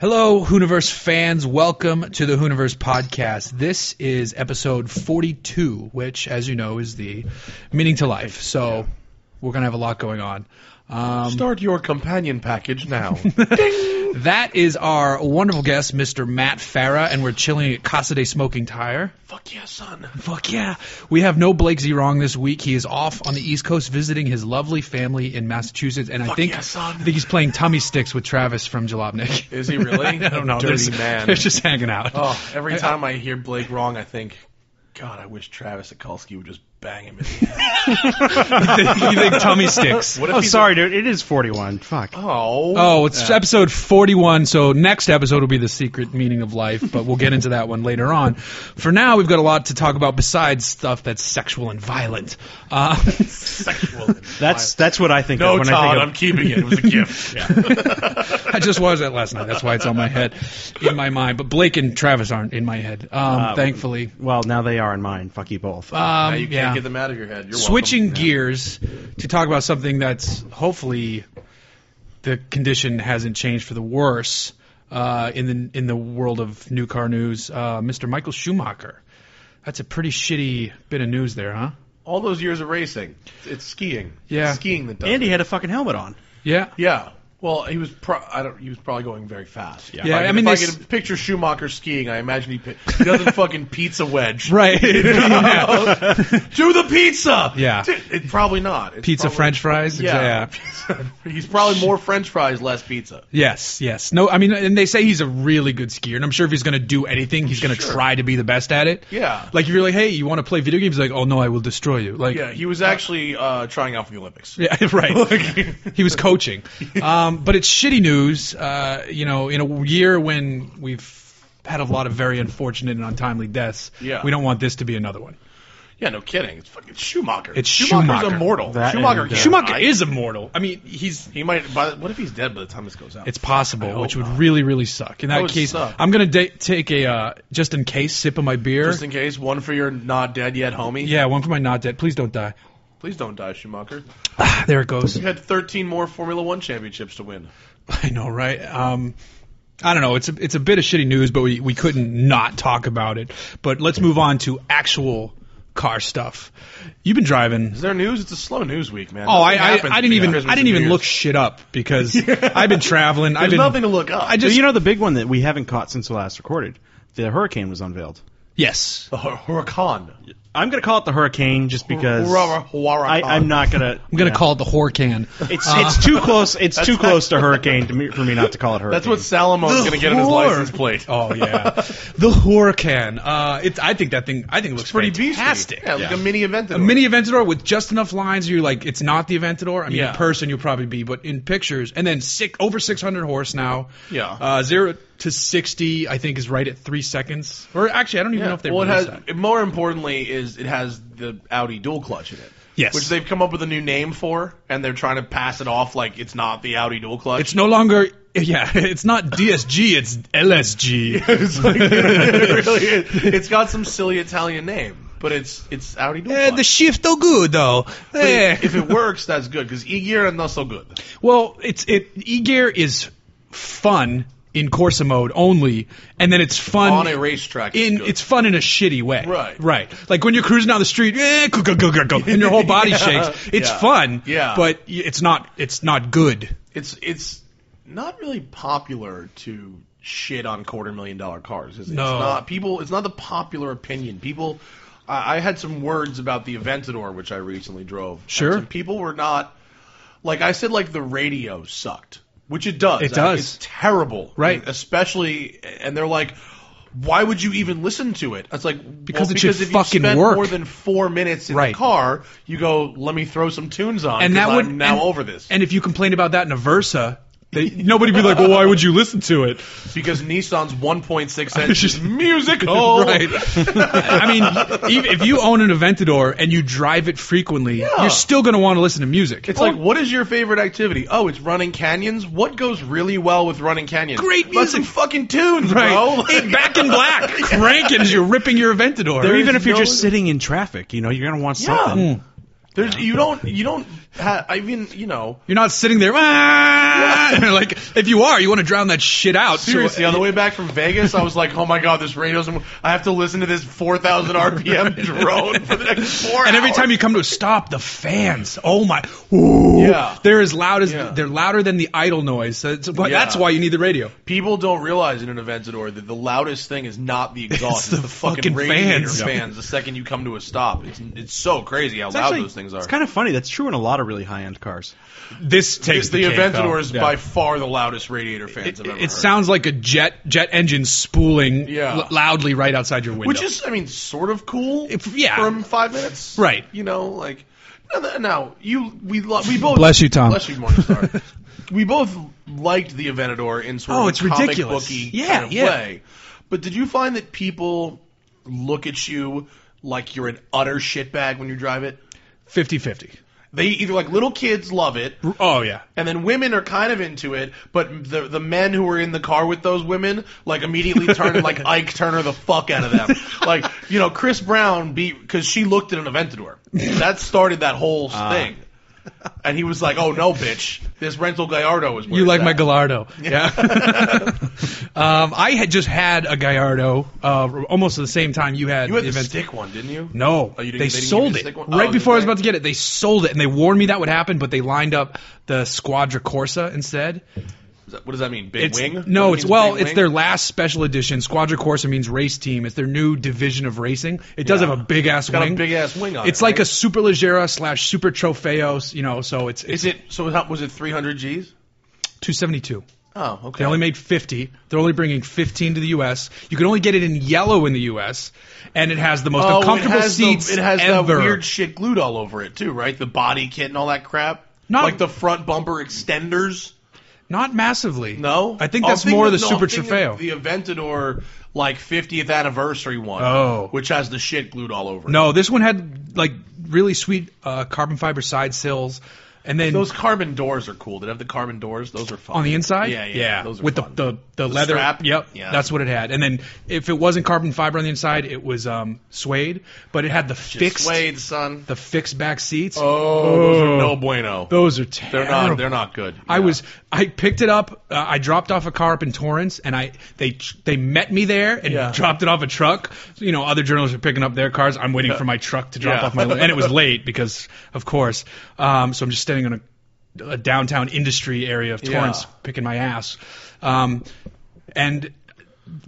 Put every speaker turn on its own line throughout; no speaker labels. Hello, Hooniverse fans. Welcome to the Hooniverse podcast. This is episode 42, which, as you know, is the meaning to life. So we're going to have a lot going on. Um,
Start your companion package now.
that is our wonderful guest, Mr. Matt Farah, and we're chilling at Casa de Smoking Tire.
Fuck yeah, son.
Fuck yeah. We have no Blake Z Wrong this week. He is off on the East Coast visiting his lovely family in Massachusetts, and I
Fuck
think,
yeah, son.
I think he's playing tummy sticks with Travis from Jalopnik.
Is he really?
I don't know. They're
Dirty
just-
man.
They're just hanging out.
Oh, every time I hear Blake wrong, I think, God, I wish Travis Sikulski would just bang him in the head.
you think tummy sticks.
What if
Oh,
he's
sorry, dude. It is 41. Fuck.
A, oh.
Oh, it's episode 41, so next episode will be the secret meaning of life, but we'll get into that one later on. For now, we've got a lot to talk about besides stuff that's sexual and violent. Uh,
Sexual.
That's that's what I think
no,
of when I
Todd,
think
I'm keeping it. It was a gift.
I just was that last night. That's why it's on my head, in my mind. But Blake and Travis aren't in my head, um, thankfully.
of. Well, now they are in mine. Fuck you both.
Um,
Ah, now you can't
yeah.
get them out of your head. You're
Switching
welcome.
gears to talk about something that's hopefully the condition hasn't changed for the worse uh, in the in the world of new car news. Uh, Mr. Michael Schumacher. That's a pretty shitty bit of news there, huh?
All those years of racing. It's skiing.
Yeah.
It's skiing that does
Andy
it.
had a fucking helmet on.
Yeah.
Yeah. Well, he was pro- I don't. He was probably going very fast.
Yeah,
If I,
I mean,
if I
this-
could picture Schumacher skiing, I imagine he, pi- he doesn't fucking pizza wedge.
Right. Yeah.
Do the pizza.
Yeah.
Dude, it, probably not. It's
Pizza
probably-
French fries.
Yeah. He's probably more French fries, less pizza.
Yes, yes. No, I mean, and they say he's a really good skier, and I'm sure if he's going to do anything, he's going to
Sure.
try to be the best at it.
Yeah.
Like if you're like, hey, you want to play video games? Like, oh no, I will destroy you. Like,
Yeah, he was actually uh, trying out for the Olympics.
Yeah, right. he was coaching. Um, but it's shitty news, uh, you know, in a year when we've had a lot of very unfortunate and untimely deaths.
Yeah.
We don't want this to be another one.
Yeah, no kidding. It's fucking Schumacher.
It's
Schumacher's
Schumacher.
immortal.
That
Schumacher
and,
can't
uh,
Schumacher
die.
is immortal. I mean, he's.
He might. By the, what if he's dead by the time this goes out?
It's
I
possible,
hope
which would
not.
really, really suck. In that,
would
case,
suck.
I'm gonna da- take a uh, just in case sip of my beer.
just in case one for your not dead yet, homie.
yeah, one for my not dead. Please don't die.
Please don't die, Schumacher.
Ah, there it goes.
You had 13 more Formula One championships to win.
I know, right? Um, I don't know. It's a, it's a bit of shitty news, but we, we couldn't not talk about it. But let's move on to actual car stuff. You've been driving.
Is there news? It's a slow news week, man.
Oh, I,
Nothing
I,
happens
I didn't
between
even
Christmas
I didn't
and
even
New
look
Year's.
shit up because I've been traveling. I've
There's
been
nothing to look up.
I
So
just
you know the big one that we haven't caught since the last recorded. The hurricane was unveiled.
yes.
the hur- hurricane.
I'm gonna call it the hurricane just because
Hurrah, hurrah,
I, I'm not gonna.
I'm gonna
yeah.
call it the whore can.
It's it's too close. It's too close to hurricane to me, for me not to call it hurricane.
That's what Salomon's going to get on his
whore.
license plate.
Oh yeah, the whore can. Uh, it's I think that thing I think it looks
pretty
fantastic.
beastly. Yeah, like a mini event.
A mini Aventador with just enough lines. You're like, it's not the Aventador. I mean,
Yeah.
in person you'll probably be, but in pictures, and then six over 600 horse now.
Yeah.
Uh, zero to 60, I think, is right at three seconds. Or actually, I don't even know if they
well, it
released
has.
that.
More importantly, is it has the Audi dual clutch in it.
Yes.
Which they've come up with a new name for, and they're trying to pass it off like it's not the Audi dual clutch.
It's no longer. Yeah, it's not DSG. It's LSG.
It's like- it really is. It's got some silly Italian name, but it's it's Audi dual
Eh,
clutch.
the shift oh good though.
But
Eh.
if it works, that's good because e-gear and not so good.
Well, it's it e-gear is fun in Corsa mode only, and then it's fun
On a racetrack, it's
In
good.
it's fun in a shitty way.
Right.
right. Like when you're cruising down the street, eh, go, go, go, go, go, and your whole body shakes. It's
Yeah.
fun.
Yeah.
but y- it's not it's not good.
It's it's not really popular to shit on quarter million dollar cars. Is it?
No.
It's not people. It's not the popular opinion. People. I, I had some words about the Aventador, which I recently drove. and
Sure.
some people were not like I said. Like the radio sucked, which it does.
It
I-
does.
it's terrible.
Right.
And especially, and they're like. Why would you even listen to it? It's like well,
Because it should
because if
fucking
you spend
work.
more than four minutes in
Right.
the car, you go, let me throw some tunes on,
And that
'cause
would
I'm now
and-
over this.
And if you complained about that in a Versa, they, nobody would be like, well, why would you listen to it?
because Nissan's 1.6 engine is musical.
Right. I mean, even if you own an Aventador and you drive it frequently, you're still going to want to listen to music.
It's like, what is your favorite activity? Oh, it's running canyons. What goes really well with running canyons?
Great
But some
music.
fucking tunes,
Right.
bro.
Hey, back in black, cranking as you're ripping your Aventador.
Or
Or
even if you're
no-
just sitting in traffic, you know, you're gonna want
Yeah. Hmm.
something.
There's you don't you don't ha- I mean, you know,
You're not sitting there. "Ah!" like if you are, you want to drown that shit out. So-
seriously, on the way back from Vegas, I was like, oh my god, this radio's. I have to listen to this 4,000 RPM drone for the next four.
and every time you come to a stop, the fans. Oh my! Ooh,
Yeah.
They're as loud as
Yeah.
they're louder than the idle noise. So it's- but
Yeah.
that's why you need the radio.
People don't realize in an Aventador that the loudest thing is not the
It's
exhaust, it's,
the
the, fucking,
fucking
radiator
fans.
fans. The second you come to a stop, it's it's so crazy how
It's
loud
actually-
those things are.
It's kind of funny. That's true in a lot of really high-end cars.
This
the,
takes
the,
cake, though.
Aventador is
Yeah.
by far the loudest radiator fans
It,
I've ever
it
heard.
sounds like a jet jet engine spooling
Yeah.
l- loudly right outside your window.
which is, I mean, sort of cool.
If- yeah.
from five minutes,
Right.
You know, like now- now you we lo- we both
Bless you, Tom.
Bless you, Morningstar. we both liked the Aventador in sort
Oh,
of a
it's
comic
ridiculous.
booky
Yeah,
kind of
yeah.
way. But did you find that people look at you like you're an utter shitbag when you drive it?
50-50.
They either like little kids love it,
Oh yeah.
and then women are kind of into it, but the the men who were in the car with those women like immediately turned like Ike Turner the fuck out of them. Like you know, Chris Brown beat because she looked at an Aventador. That started that whole
Ah.
thing, and he was like, "Oh no, bitch! This rental Gallardo is."
You like my
Gallardo?
Gallardo, yeah. um, I had just had a Gallardo uh, almost at the same time you had.
You had the
Avent-
stick one, didn't you?
No,
Oh, you didn't-
they,
they didn't
sold it
give you the stick one?
right
Oh,
before I was
did they?
about to get it. They sold it, and they warned me that would happen, but they lined up the Squadra Corsa instead.
Is that- What does that mean? Big
It's,
wing?
No,
That
it's
means
well,
big
it's
wing?
their last special edition. Squadra Corsa means race team. It's their new division of racing. It does
Yeah.
have a big ass
got
wing.
a big ass wing on.
it's
it,
like a
right?
Super Leggera slash Super Trofeo, you know. So it's it's
Is it? So how, was it 300 G's?
272.
Oh, okay.
They only made 50. They're only bringing 15 to the U.S. You can only get it in yellow in the U.S. And it has the most
Oh,
uncomfortable
it has the-
seats
it has
ever.
that weird shit glued all over it too, right? The body kit and all that crap.
Not-
like the front bumper extenders.
Not massively.
No,
I think
I'm
that's more the
no, I'm
Super
thinking
Trofeo.
of The Aventador like 50th anniversary one.
Oh.
which has the shit glued all over. it.
no, this one had like really sweet uh, carbon fiber side sills, and then
those carbon doors are cool. They have the carbon doors. Those are fun
on the inside.
Yeah, yeah, Those are
With the,
fun.
the the leather.
strap?
Yep.
Yeah.
That's what it had. And then if it wasn't carbon fiber on the inside, it was um, suede, but it had the
Just
fixed
suede, son.
the fixed back seats.
oh, those are no bueno.
Those are terrible.
they're not. They're not good.
I
Yeah.
was I picked it up. Uh, I dropped off a car up in Torrance, and I they they met me there and
Yeah.
dropped it off a truck. You know, other journalists are picking up their cars. I'm waiting for my truck to drop
Yeah.
off my, and it was late because of course. Um, so I'm just standing on a, a downtown industry area of Torrance,
Yeah.
picking my ass. Um, and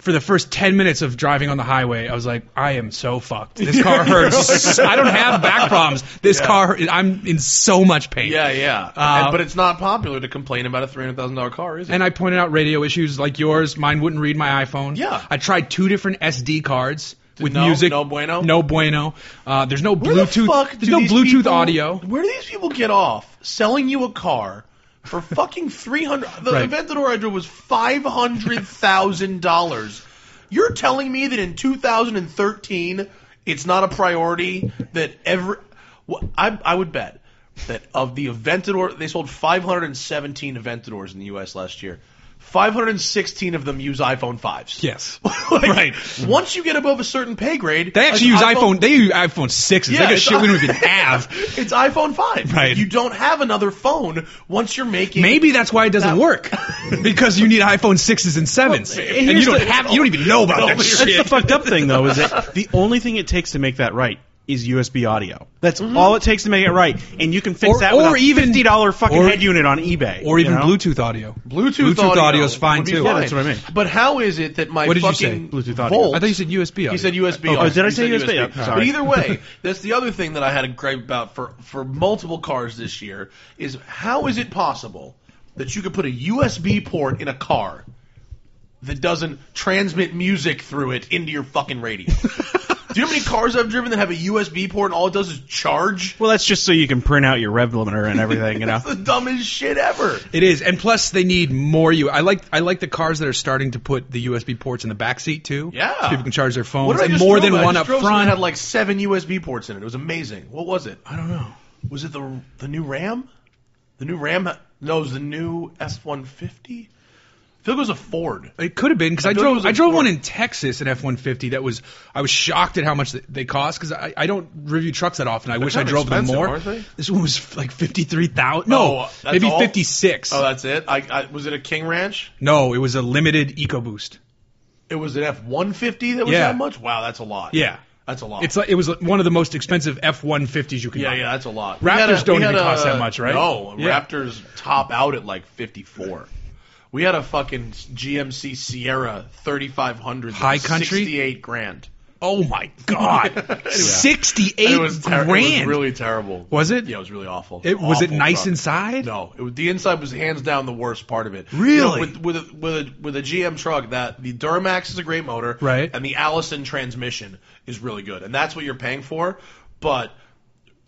for the first 10 minutes of driving on the highway, I was like, I am so fucked. This car hurts. I don't have back problems. This
Yeah.
car, I'm in so much pain.
Yeah, yeah.
Uh,
And- but it's not popular to complain about a three hundred thousand dollar car, is it?
And I pointed out radio issues like yours. Mine wouldn't read my iPhone.
Yeah.
I tried two different SD cards with
no-
music.
no bueno?
No bueno. Uh, there's no
Where
Bluetooth.
The fuck do
there's no
these
Bluetooth
people-
audio.
Where do these people get off selling you a car for fucking three hundred? The
Right.
Aventador I drove was five hundred thousand dollars. You're telling me that in 2013, it's not a priority that every. Wh- I I would bet that of the Aventador, they sold 517 Aventadors in the U.S. last year. 516 of them use iPhone fives.
Yes.
Like,
Right.
Once you get above a certain pay grade,
They actually use
like
iPhone. They use iPhone sixes.
Yeah,
they got
it's-
shit we don't even have.
it's iPhone 5.
Right.
You don't have another phone once you're making.
Maybe that's why it doesn't
That-
work because you need iPhone sixes and sevens,
Well,
and you
here's
don't
the-
have. You don't even know about
No,
that
here's
shit.
That's the fucked up thing, though, is that the only thing it takes to make that right is USB audio. That's all it takes to make it right, and you can fix
Mm-hmm. Or-
that with
or
a
even-
fifty dollar fucking
or-
head unit on eBay,
Or
you
even
know?
Bluetooth audio.
Bluetooth,
audio,
audio,
is fine
would be
too.
Yeah, that's what I mean.
But how is it that my
What did you
fucking
say?
Bluetooth audio.
Volt,
I thought you said USB audio.
He said USB.
Oh,
audio.
did I
He
say
said
USB? Oh,
But
sorry.
either way, that's the other thing that I had a gripe about for for multiple cars this year is how is it possible that you could put a USB port in a car that doesn't transmit music through it into your fucking radio? Do you know how many cars I've driven that have a USB port and all it does is charge?
Well, that's just so you can print out your rev limiter and everything, you know.
That's the dumbest shit ever.
It is, and plus they need more. U. I like I like the cars that are starting to put the USB ports in the back seat too.
Yeah.
so people can charge their phones.
What did I
and
just
more
drove?
than
I
one
just
up
drove something that
front.
had like seven USB ports in it. It was amazing. What was it?
I don't know.
Was it the the new Ram? The new Ram? No, it was the new F one fifty. feel like it was a Ford.
It could have been because I,
feel like it
drove
was a
I drove one
Ford.
in Texas an F one fifty that was I was shocked at how much th- they cost because I, I don't review trucks that often. I wish I
kinda
drove them
expensive,
more.
aren't they?
This one was like fifty three thousand. No,
Oh, that's
maybe
all?
fifty six.
Oh, that's it. I, I was it a King Ranch?
no, it was a limited EcoBoost.
It was an F one fifty that was
Yeah.
that much. Wow, that's a lot.
Yeah,
that's a lot.
it's like it was one of the most expensive F one fifties you could
yeah,
buy.
yeah, that's a lot.
Raptors
We had a-
don't
we had
even cost
a-
that much, right?
No,
Yeah.
Raptors top out at like fifty four. We had a fucking GMC Sierra thirty five hundred
High country?
sixty eight grand.
Oh my god, sixty eight
It was, ter-
grand.
it was really terrible.
Was it?
Yeah, it was really awful.
It- was it
Awful
nice
truck.
inside?
No, it was, the inside was hands down the worst part of it.
Really?
You know, with with a, with a with a GM truck, that the Duramax is a great motor,
Right.
And the Allison transmission is really good, and that's what you're paying for. But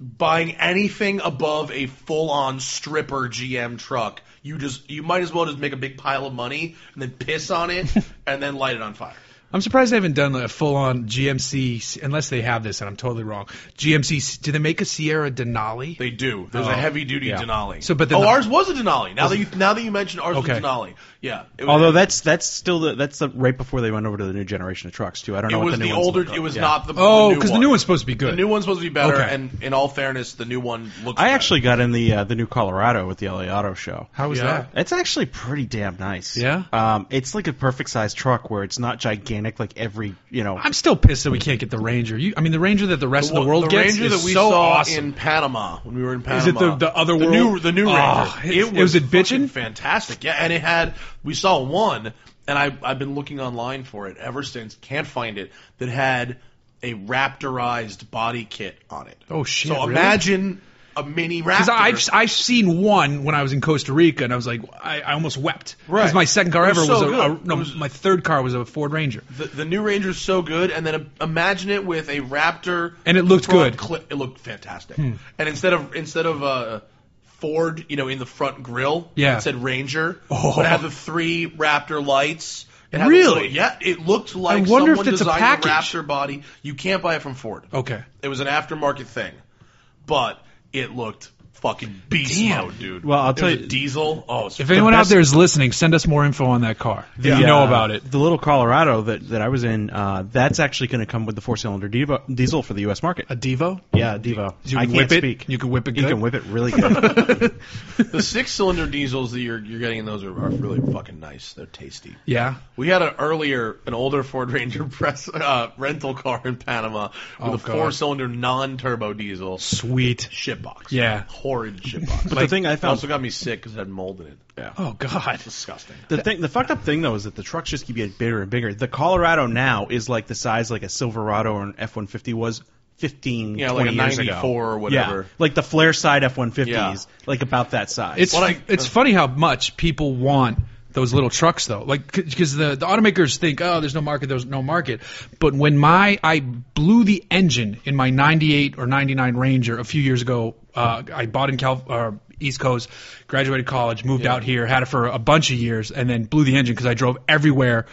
buying anything above a full on stripper GM truck, you just you might as well just make a big pile of money and then piss on it and then light it on fire.
I'm surprised they haven't done a full on GMC unless they have this and I'm totally wrong. GMC, do they make a Sierra Denali?
They do. There's
Oh,
a heavy duty
yeah.
Denali.
So, but then
oh,
the-
ours was a Denali. Now that you now that you mentioned ours
Okay.
was a Denali. Yeah. It was-
Although that's that's still the, that's the right before they went over to the new generation of trucks too. I don't
it
know. what
was
the,
the,
new ones
older.
look like.
It was
Yeah.
not the
oh,
because
because the new one's supposed to be good.
The new one's supposed to be better,
Okay.
and in all fairness, the new one looks.
I
better.
actually got in the uh, the new Colorado with the LA Auto Show.
How was
Yeah.
that?
It's actually pretty damn nice.
Yeah?
Um, it's like a perfect size truck where it's not gigantic like every you know.
I'm still pissed that we can't get the Ranger. You, I mean, the Ranger that the rest of the world
the
gets
Ranger
is
that we
so
saw
awesome.
in Panama when we were in Panama.
Is it the- the other world?
new the new
Oh,
Ranger?
it- it was it
fucking
bitchin'?
fantastic. Yeah, and it had we saw one, and I I've been looking online for it ever since. Can't find it. That had a raptorized body kit on it.
Oh, shit,
So
really?
imagine a mini raptor.
Because I've I've seen one when I was in Costa Rica, and I was like, I, I almost wept.
Right.
my second car
It was
ever was,
so
a, a-
good.
no,
It was-
my third car was a Ford Ranger.
The, the new Ranger's so good, and then im- imagine it with a Raptor.
And it looked
front
good. Hmm.
cli- it looked fantastic. And instead of instead of uh, Ford, you know, in the front grill,
Yeah.
it said Ranger.
Oh.
But it had the three Raptor lights. It had
Really?
the little- yeah, it looked like
wonder if
someone
it's a
designed
package. Oh.
Raptor body. You can't buy it from Ford.
Okay.
It was an aftermarket thing, but it looked fucking beast mode, dude.
Well, I'll
It
tell
was
you-
a diesel. Oh, it's
If anyone out
best-
there is listening, send us more info on that car. if
the,
you know
uh,
about it.
The little Colorado that, that I was in, uh, that's actually going to come with the four cylinder Devo, diesel for the U.S. market.
A Uh, Devo.
yeah, Devo.
You
I
can
can't
whip it?
speak.
You can whip it
You
good?
can whip it really good.
the six-cylinder diesels that you're you're getting in those are, are really fucking nice. They're tasty.
Yeah.
We had an earlier, an older Ford Ranger press uh, rental car in Panama with
Oh,
a
God.
four-cylinder non-turbo diesel
Sweet.
shitbox.
Yeah.
horrid shitbox.
But the thing I
it
found-
also got me sick because it had mold in it. Yeah,
Oh God.
disgusting.
the thing, the fucked up thing though is that the trucks just keep getting bigger and bigger. The Colorado now is like the size like a Silverado or an F-150 was 15,
Yeah, like
20
a
years ago.
94 or whatever.
Yeah, like the flare side F-150s,
Yeah.
like about that size.
It's
Well, I-
it's funny how much people want those little trucks though, like because the the automakers think, oh, there's no market, there's no market. But when my I blew the engine in my '98 or '99 Ranger a few years ago, uh, I bought in Cal. Uh, East Coast, graduated college, moved out here, had it for a bunch of years, and then blew the engine because I drove everywhere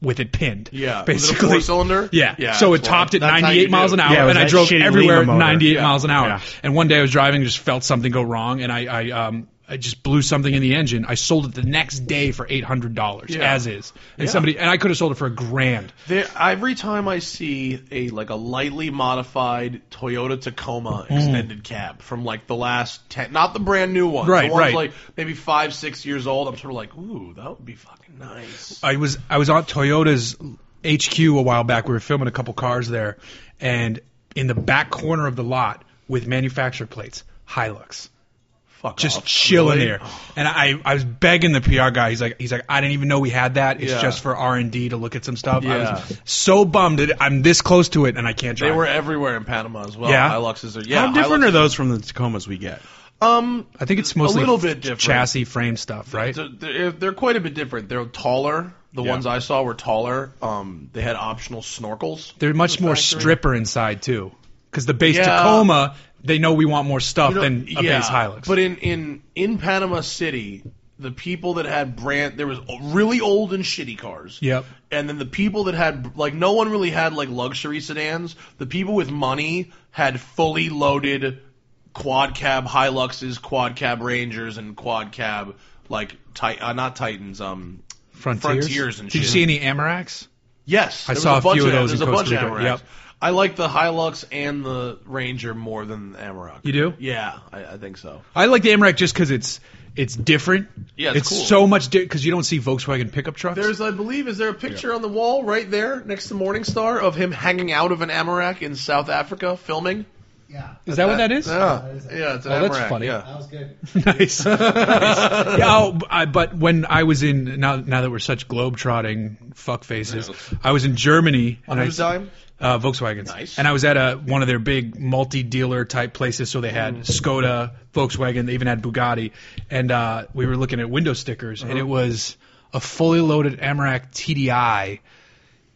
with it pinned.
Yeah. Was it a
basically
four-cylinder?
Yeah,
Yeah,
so it
that's why-
topped at
that's how you
98 miles
do.
an hour,
Yeah, it was
and I
that
drove
shitty
everywhere
Lima
at
motor.
98 miles an hour.
Yeah.
And one day I was driving and just felt something go wrong, and I, I um I just blew something in the engine. I sold it the next day for eight hundred dollars
Yeah.
as is, and somebody and I could have sold it for a grand.
There, every time I see a like a lightly modified Toyota Tacoma extended cab from like the last ten, not the brand new one,
Right,
the one's
right.
like maybe five, six years old. I'm sort of like, ooh, that would be fucking nice.
I was I was on Toyota's HQ a while back. We were filming a couple cars there, and in the back corner of the lot with manufacturer plates, Hilux.
Fuck
just
off.
chilling
Really?
there. And I, I was begging the PR guy. He's like, he's like, I didn't even know we had that. It's
Yeah.
just for R and D to look at some stuff. I
Yeah.
was so bummed that I'm this close to it and I can't drive.
They were everywhere in Panama as well.
Yeah?
Hiluxes are yeah.
How different
Hilux-
are those from the Tacomas we get?
Um,
I think it's mostly
little bit different.
chassis frame stuff, right?
they're, they're- they're quite a bit different. They're taller. The ones I saw were taller. Um, they had optional snorkels.
They're much more
factory.
stripper inside too, because the base
Yeah.
Tacoma, they know we want more stuff
You know,
than a
yeah,
base Hilux.
But in in in Panama City, the people that had brand there was really old and shitty cars.
Yep.
And then the people that had like no one really had like luxury sedans. The people with money had fully loaded quad cab Hiluxes, quad cab Rangers, and quad cab like ti- uh, not Titans, um
Frontiers.
Frontiers and
Did you
shit.
see any Amaraks?
Yes,
I
there was
saw a
bunch
few of
them.
those
There's
in
a bunch
Costa
of
Rica, yep.
Amaraks. I like the Hilux and the Ranger more than the Amarok.
You do?
Yeah, I, I think so.
I like the Amarok just because it's it's different.
Yeah, it's cool.
so much because you don't see Volkswagen pickup trucks.
There's, I believe, is there a picture on the wall right there next to Morningstar of him hanging out of an Amarak in South Africa filming?
Yeah,
is that, what that is?
Yeah,
That is-
yeah it's an
Oh, that's
Amarok,
funny.
Yeah.
that was good.
nice. yeah, oh, b- I- but when I was in now now that we're such globetrotting fuck faces, I was in Germany and I
Whose dime?
uh, Volkswagens,
Nice.
and I was at a one of their big multi-dealer type places. So they
Mm.
had Skoda, Volkswagen, they even had Bugatti, and uh, we were looking at window stickers, and it
Uh-huh.
was a fully loaded Amarok TDI.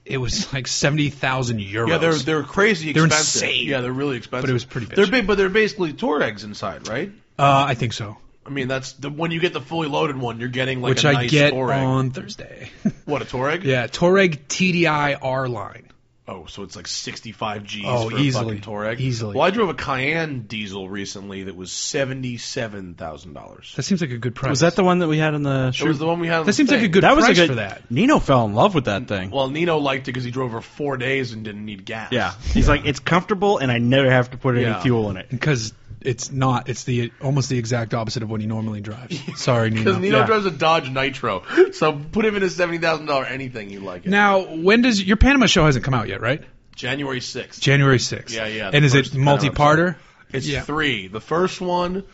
It was like seventy thousand euros.
Yeah, they're they're crazy
They're
expensive.
insane.
Yeah, they're really expensive.
But it was pretty bitchin'.
They're big, but they're basically Touaregs inside, right?
uh, I think so,
I mean, that's the, when you get the fully loaded one, you're getting like
which
a
I
nice
get
Touareg.
on Thursday.
What a Touareg?
yeah, Touareg TDI R line.
Oh, so it's like 65 G's
Oh,
for
easily,
a fucking Touareg.
easily.
Well, I drove a Cayenne diesel recently that was seventy-seven thousand dollars.
That seems like a good price.
Was that the one that we had in the?
It was the one we had. on
That
the
seems like
thing.
a good
that was
price
a good,
for that.
Nino fell in love with that thing.
Well, Nino liked it because he drove for four days and didn't need gas.
yeah, he's like, it's comfortable, and I never have to put any
Yeah.
fuel in it.
Because it's not. It's the almost the exact opposite of what he normally drives. Sorry, Nino.
Because Nino
Yeah.
drives a Dodge Nitro, so put him in a seventy thousand dollar anything you like. It.
Now, when does your Panama show hasn't come out yet, right?
January sixth.
January sixth.
Yeah, yeah,
And
the
is it
first Panama
multi-parter?
It's
Yeah.
three. The first one,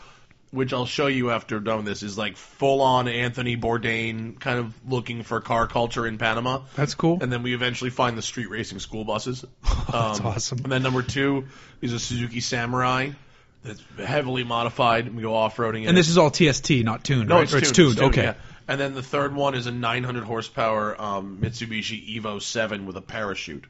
which I'll show you after I'm done with this, is like full on Anthony Bourdain kind of looking for car culture in Panama.
That's cool.
And then we evenally find the street racing school buses. Um,
That's awesome.
And then number two is a Suzuki Samurai that's heavily modified. and We go off roading.
And this is all TST, not tuned. right? Or okay.
yeah. And then the third one is a 900 horsepower um, Mitsubishi Evo 7 with a parachute.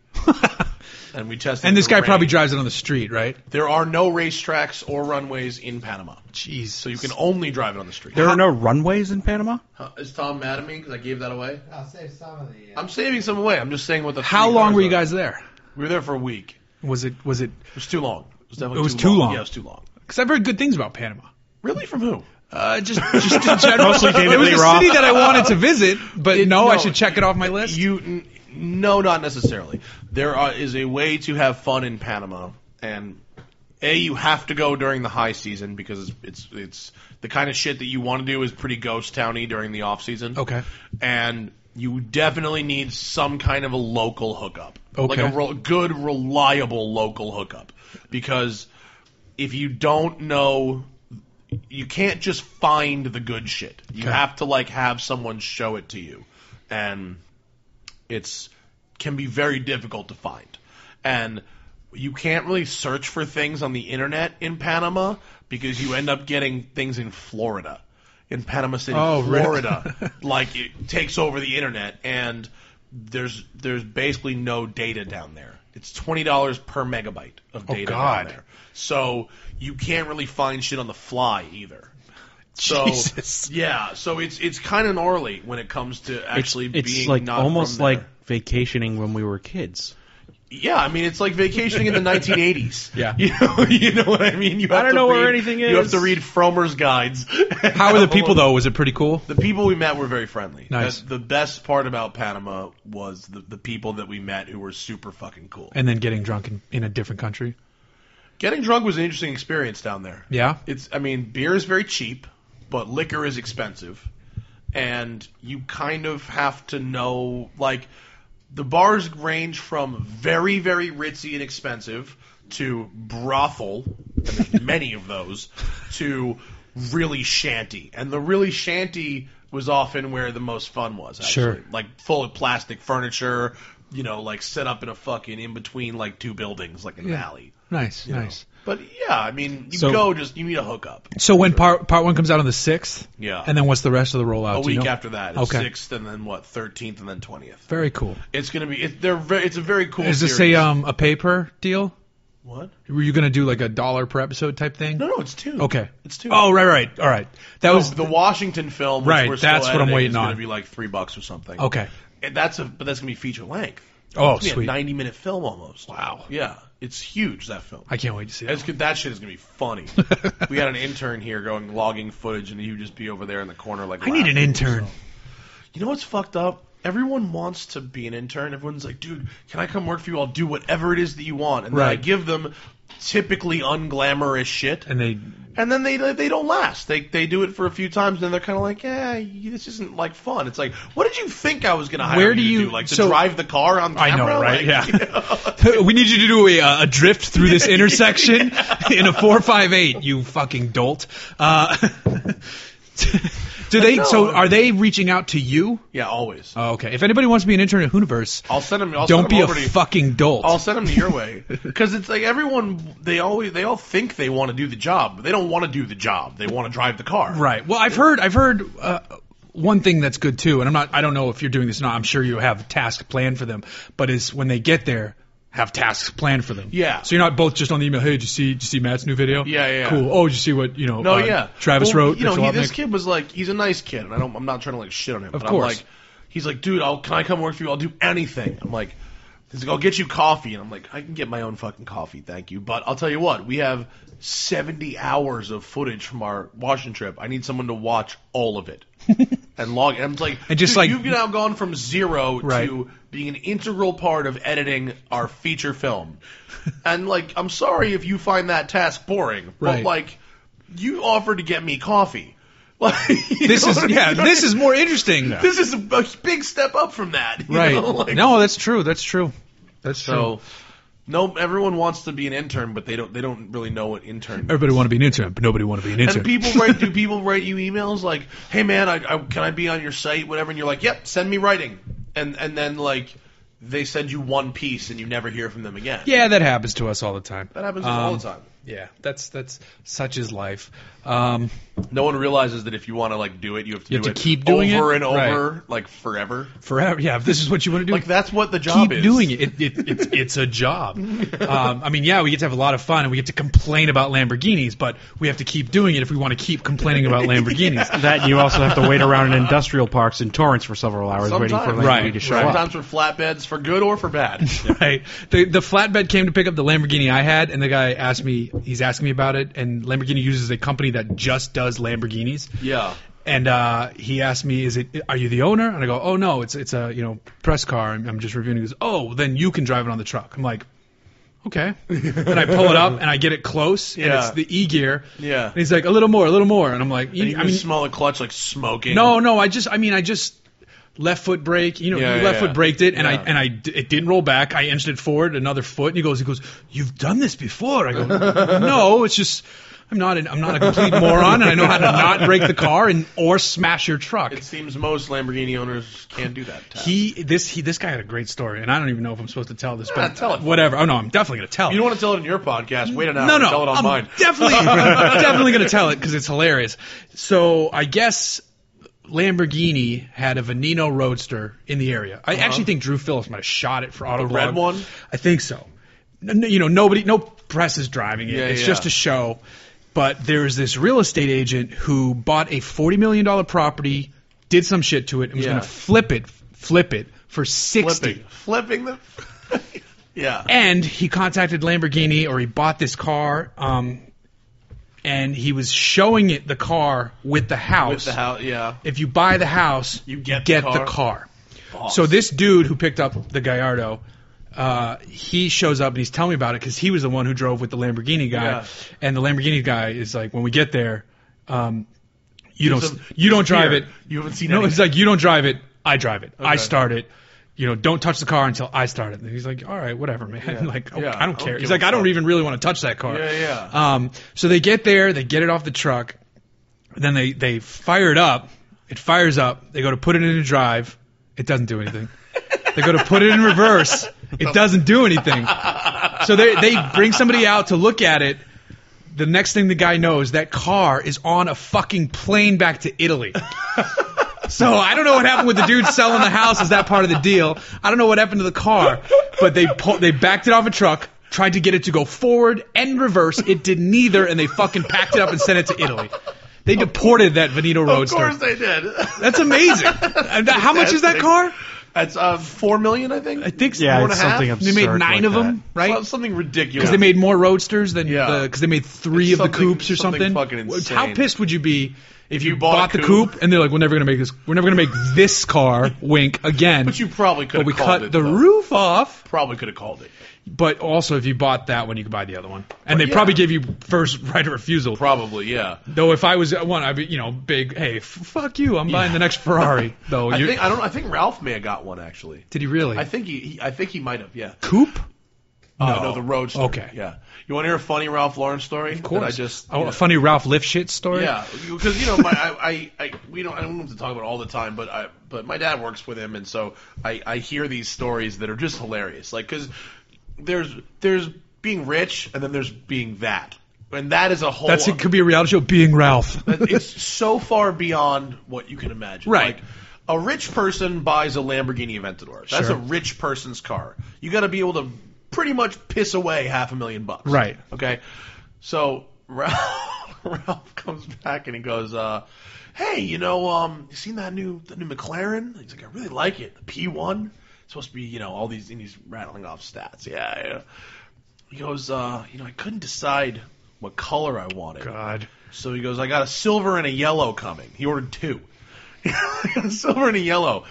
and we tested.
And this
the
guy probably
range.
drives it on the street, right?
There are no racetracks or runways in Panama,
Jeez.
so you can only drive it on the street.
There are no runways in Panama.
Huh, Is Tom mad at me because I gave that away?
I'll save some of the. Uh,
I'm saving some away. I'm just saying what the.
How
three
long
cars
were you
are.
guys there?
We were there for a week.
Was it? Was it?
It was too long. It was definitely
It was
too,
too
long.
long.
Yeah, it was too long.
Because I've heard good things about Panama.
Really? From who?
Uh, just, just in general.
Mostly David
it was
Lee
a
Roth.
city that I wanted to visit, but
It-
no, I
no,
should check it off my list.
You? N- no, not necessarily. There are, is a way to have fun in Panama, and a you have to go during the high season because it's it's, it's the kind of shit that you want to do is pretty ghost towny during the off season.
Okay.
and you definitely need some kind of a local hookup, like a
Okay.
re- good, reliable local hookup, because if you don't know, you can't just find the good shit. You
Okay.
have to like have someone show it to you, and it's can be very difficult to find, and you can't really search for things on the internet in Panama because you end up getting things in Florida, in Panama City,
Oh, really?
Florida, like it takes over the internet, and there's there's basically no data down there. It's twenty dollars per megabyte of
Oh,
data
God.
down there, so you can't really find shit on the fly either. So
Jesus.
yeah, so it's it's kind of gnarly when it comes to actually
it's
being
like
not
almost
from there.
like vacationing when we were kids.
Yeah, I mean it's like vacationing in the 1980s.
Yeah.
you know, you know what I mean. You have
don't
to
know where
read-
anything
You have
is.
to read Fromer's guides.
How were the people though? Was it pretty cool?
The people we met were very friendly.
Nice.
That's the best part about Panama was the, the people that we met who were super fucking cool.
And then getting drunk in, in a different country.
Getting drunk was an interesting experience down there.
Yeah.
It's I mean, beer is very cheap, but liquor is expensive. And you kind of have to know like the bars range from very, very ritzy and expensive to brothel, and there's many of those, to really shanty. And the really shanty was often where the most fun was, actually.
Sure.
Like full of plastic furniture, you know, like set up in a fucking in between like two buildings, like an
Yeah.
alley.
Nice,
you know.
nice.
But yeah, I mean, you
So-
go just you need a hookup.
So when part part one comes out on the sixth,
Yeah.
and then what's the rest of the rollout?
A
Do you
week
know?
after that, it's
Okay.
sixth, and then what? Thirteenth, and then twentieth.
Very cool.
It's gonna be. It, they're very, it's a very cool.
Is this a
series.
um a paper deal?
what?
Were you gonna do like a dollar per episode type thing?
No, no, it's two.
Okay.
it's two.
Oh right, right, all right. That
No,
was
the Washington film. Which
Right,
we're still
that's what I'm
editing,
waiting
is
on.
Gonna be like three bucks or something.
okay.
and that's a but that's gonna be feature length.
Oh
It's gonna be
sweet.
a ninety minute film almost.
Wow.
Yeah, it's huge that film.
I can't wait to see
It's
that.
good. That shit is gonna be funny. we had an intern here going logging footage, and he would just be over there in the corner like.
I need an
laughing.
intern.
You know what's fucked up? Everyone wants to be an intern. Everyone's like, dude, can I come work for you? I'll do whatever it is that you want. And then I
Right.
give them typically unglamorous shit.
and they
And then they they don't last. They they do it for a few times, and they're kind of like, yeah, you- this isn't like fun. It's like, what did you think I was gonna hire
Where
you
do
to
you-
do? like to
so-
drive the car on
I know,
camera?
right?
Like,
Yeah.
you know?
we need you to do a, uh, a drift through this intersection in a four five eight. You fucking dolt. Uh, do they? So are they reaching out to you?
yeah, always.
Oh, okay. If anybody wants to be an intern at Hooniverse,
I'll send them. I'll
don't
send 'em
be a
over to you.
fucking dolt.
I'll send them to your way because it's like everyone they always they all think they want to do the job, but they don't want to do the job. They want to drive the car.
Right. Well, I've heard I've heard uh, one thing that's good too, and I'm not I don't know if you're doing this or not. I'm sure you have tasks planned for them, but is when they get there. Have tasks planned for them.
Yeah.
So you're not both just on the email. Hey, did you see? Did you see Matt's new video?
Yeah, yeah, yeah.
Cool. Oh, did you see what you know?
No,
uh,
yeah.
Travis
Well,
wrote.
You know,
Rich
he, this
Wapnick?
kid was like, he's a nice kid, and I don't. I'm not trying to like shit on him. Of but
course.
I'm like, he's like, dude, I'll, can I come work for you? I'll do anything. I'm like, he's like, I'll get you coffee, and I'm like, I can get my own fucking coffee, thank you. But I'll tell you what, we have 70 hours of footage from our Washington trip. I need someone to watch all of it. And log, and I'm like,
And just
dude,
like-
you've now gone from zero
Right.
to being an integral part of editing our feature film, and like, I'm sorry if you find that task boring, but
Right.
like, you offered to get me coffee. Like,
This is yeah. This is more interesting.
this is a b- big step up from that. you
right.
know, like-
no, that's true. That's true. That's true.
So no, everyone wants to be an intern, but they don't. They don't really know what intern.
Everybody want to be an intern, but nobody want to be an intern.
And people write. do people write you emails like, "Hey man, I, I can I be on your site, whatever?" And you're like, "Yep, send me writing." And and then like they send you one piece, and you never hear from them again.
yeah, that happens to us all the time.
That happens all
Um,
the time.
Yeah, that's that's such is life. Um,
No one realizes that if you want to like do it, you have to,
You
do
have to
it
keep doing it?
over and
Right.
over, like forever.
forever. Yeah, if this is what you want to do,
Like that's what the job
keep
is.
doing it. it, it it's, it's a job. Um, I mean, yeah, we get to have a lot of fun and we get to complain about Lamborghinis, but we have to keep doing it if we want to keep complaining about Lamborghinis.
That and you also have to wait around in industrial parks in Torrance for several hours waiting for
Sometimes.
Lamborghini
Right,
to show up.
Sometimes for flatbeds, for good or for bad.
Right. The the flatbed came to pick up the Lamborghini I had, and the guy asked me. He's asking me about it, and Lamborghini uses a company that just does Lamborghinis.
yeah.
And uh, he asked me, "Is it? Are you the owner?" And I go, "Oh no, it's it's a you know press car. I'm, I'm just reviewing." He goes, "Oh, then you can drive it on the truck." I'm like, "Okay." and I pull it up and I get it close, and
Yeah.
it's the E gear.
Yeah.
And he's like, "A little more, a little more," and I'm like,
And you
"I
can
mean,
smell the clutch like smoking.
no, no, I just, I mean, I just." Left foot brake, you know,
Yeah,
you
yeah,
left
yeah.
foot braked it, and I
Yeah.
and I d- it didn't roll back. I inched it forward another foot, and he goes, he goes, you've done this before. I go, no, it's just I'm not an, I'm not a complete moron, and I know how to not break the car and or smash your truck.
It seems most Lamborghini owners can't do that. task.
He this he this guy had a great story, and I don't even know if I'm supposed to tell this,
Nah,
but
tell it.
whatever. Oh no, I'm definitely gonna tell.
you
it.
don't want to tell it in your podcast. Wait an hour.
no, no,
Tell it on
I'm
mine.
definitely definitely gonna tell it because it's hilarious. So I guess Lamborghini had a Veneno Roadster in the area. I actually think Drew Phillips might have shot it for auto.
Uh-huh. red one?
I think so. N- n- you know, nobody, no press is driving it.
Yeah,
it's
yeah.
just a show. But there's this real estate agent who bought a forty million dollar property, did some shit to it, and was
Yeah.
gonna flip it, flip it for sixty.
Flipping, flipping the. yeah.
And he contacted Lamborghini, or he bought this car, um, and he was showing it the car with the
With
house.
the house. Yeah.
If you buy the house,
You get the car.
So this dude who picked up the Gallardo, uh, he shows up and he's telling me about it because he was the one who drove with the Lamborghini guy,
Yeah.
and the Lamborghini guy is like, when we get there, um, you don't
a-
you don't drive
Here,
it.
You haven't seen
No,
anything.
he's like, you don't drive it. I drive it. I
Okay.
start it. You know, don't touch the car until I start it. And he's like, all right, whatever, man. like, oh,
Yeah,
I don't
I don't
care.
give
he's
a
like, I don't
fuck.
even really want to touch that car.
Yeah, yeah.
Um, so they get there, they get it off the truck, then they they fire it up. It fires up. They go to put it into drive. It doesn't do anything. they go to put it in reverse. It doesn't do anything. So they they bring somebody out to look at it. The next thing the guy knows, that car is on a fucking plane back to Italy. So I don't know what happened with the dude selling the house. Is that part of the deal? I don't know what happened to the car, but they pull, they backed it off a truck, tried to get it to go forward and reverse. It did neither, and they fucking packed it up and sent it to Italy. They deported that Veneto
of
Roadster.
course they did.
oh, That's amazing. And that- How much is that
Fantastic.
car?
That's uh, four million, I think.
I think
Yeah,
four
it's
and a half.
something
They made
absurd
nine
like
of them, right?
Well, something ridiculous.
Because they made more roadsters than
Yeah.
because they made three
It's
of the
something-
coupes or
something
something.
fucking insane.
How pissed would you be if
You
you,
bought a
bought, the
coupe.
coupe. and they're like, we're never gonna make this, we're never gonna make this car, wink again.
But you probably
But
could have
we
called
cut
it.
the
though.
roof off.
Probably could have called it.
But also, if you bought that one, you could buy the other one, and they
yeah.
probably gave you first right of refusal.
Probably, yeah.
Though if I was at one, I'd be you know big. Hey, f- fuck you! I'm buying the next Ferrari. Though
I
you,
think I don't. I think Ralph may have got one actually.
did he really?
I think he. he I think he might have. Yeah.
coupe.
Uh, no, the Roadster.
Okay.
Yeah. You want to hear a funny Ralph Lauren story? Of
course.
That I just.
oh,
yeah.
a funny Ralph Lifshitz story.
Yeah, because you know, my, I, I, I, we don't, I don't have to talk about it all the time, but I, but my dad works with him, and so I, I hear these stories that are just hilarious. Like, because there's, there's being rich, and then there's being that, and that is a whole.
that's it. Could be a reality show. Being Ralph.
it's so far beyond what you can imagine.
Right.
Like, a rich person buys a Lamborghini Aventador. That's
Sure.
a rich person's car. You got to be able to pretty much piss away half a million bucks.
Right.
Okay. So Ralph, Ralph comes back and he goes, uh, "Hey, you know, um, you seen that new the new McLaren?" He's like, "I really like it. The P1. It's supposed to be, you know, all these." And he's rattling off stats. Yeah, yeah. He goes, uh, "You know, I couldn't decide what color I wanted."
God.
So he goes, I got a silver and a yellow coming. He ordered two. silver and a yellow.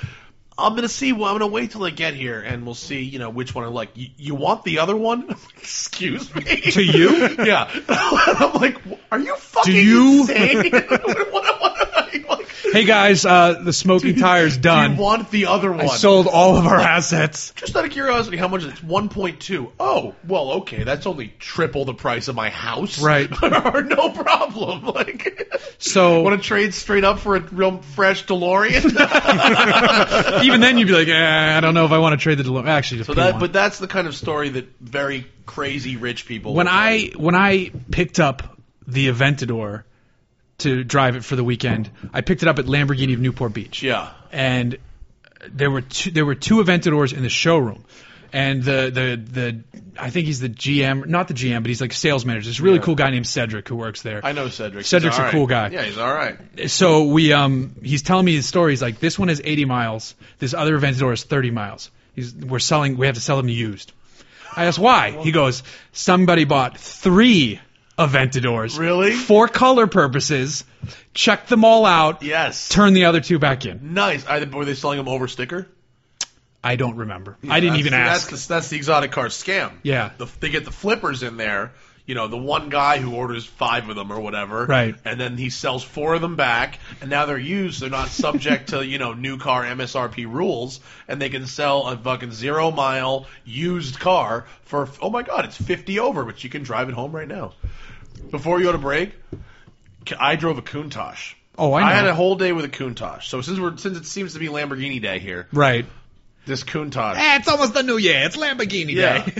I'm gonna see. Well, I'm gonna wait till I get here, and we'll see. You know which one I like. You, you want the other one? Excuse me.
To you?
yeah. I'm like, are you fucking
you-
insane? what, what, what, like,
Hey guys, uh, the smoking tire's done.
You want the other one?
I sold all of our assets.
Just out of curiosity, how much is it? It's 1.2. Oh, well, okay, that's only triple the price of my house.
Right.
no problem. Like,
So-
want to trade straight up for a real fresh DeLorean?
Even then, you'd be like, eh, I don't know if I want to trade the DeLorean. Actually, just
so
pay
that,
one.
but that's the kind of story that very crazy rich people.
when I when I picked up the Aventador to drive it for the weekend, I picked it up at Lamborghini of Newport Beach.
yeah,
and there were two, there were two Aventadors in the showroom, and the the the I think he's the GM, not the GM, but he's like sales manager. This really cool guy named Cedric who works there.
I know Cedric. He's
Cedric's a
all
cool
right.
guy.
Yeah, he's all right.
So we um he's telling me his story. He's like, this one is 80 miles, this other Aventador is 30 miles. He's we're selling, we have to sell them used. I asked why. He goes, somebody bought three Aventadors,
Really?
for color purposes, checked them all out,
Yes.
turned the other two back in.
nice. Are they, were they selling him over sticker?
I don't remember. I didn't
That's-
even ask.
That's the, that's the exotic car scam.
Yeah.
The, they get the flippers in there. You know, the one guy who orders five of them or whatever.
Right.
And then he sells four of them back, and now they're used. They're not subject to you know new car MSRP rules, and they can sell a fucking zero mile used car for oh my god, it's fifty over, but you can drive it home right now. Before you go to break, I drove a Countach.
Oh, I know.
had a whole day with a Countach. So since we're since it seems to be Lamborghini day here,
right.
this Countach.
Eh, it's almost the new year. It's Lamborghini
Yeah.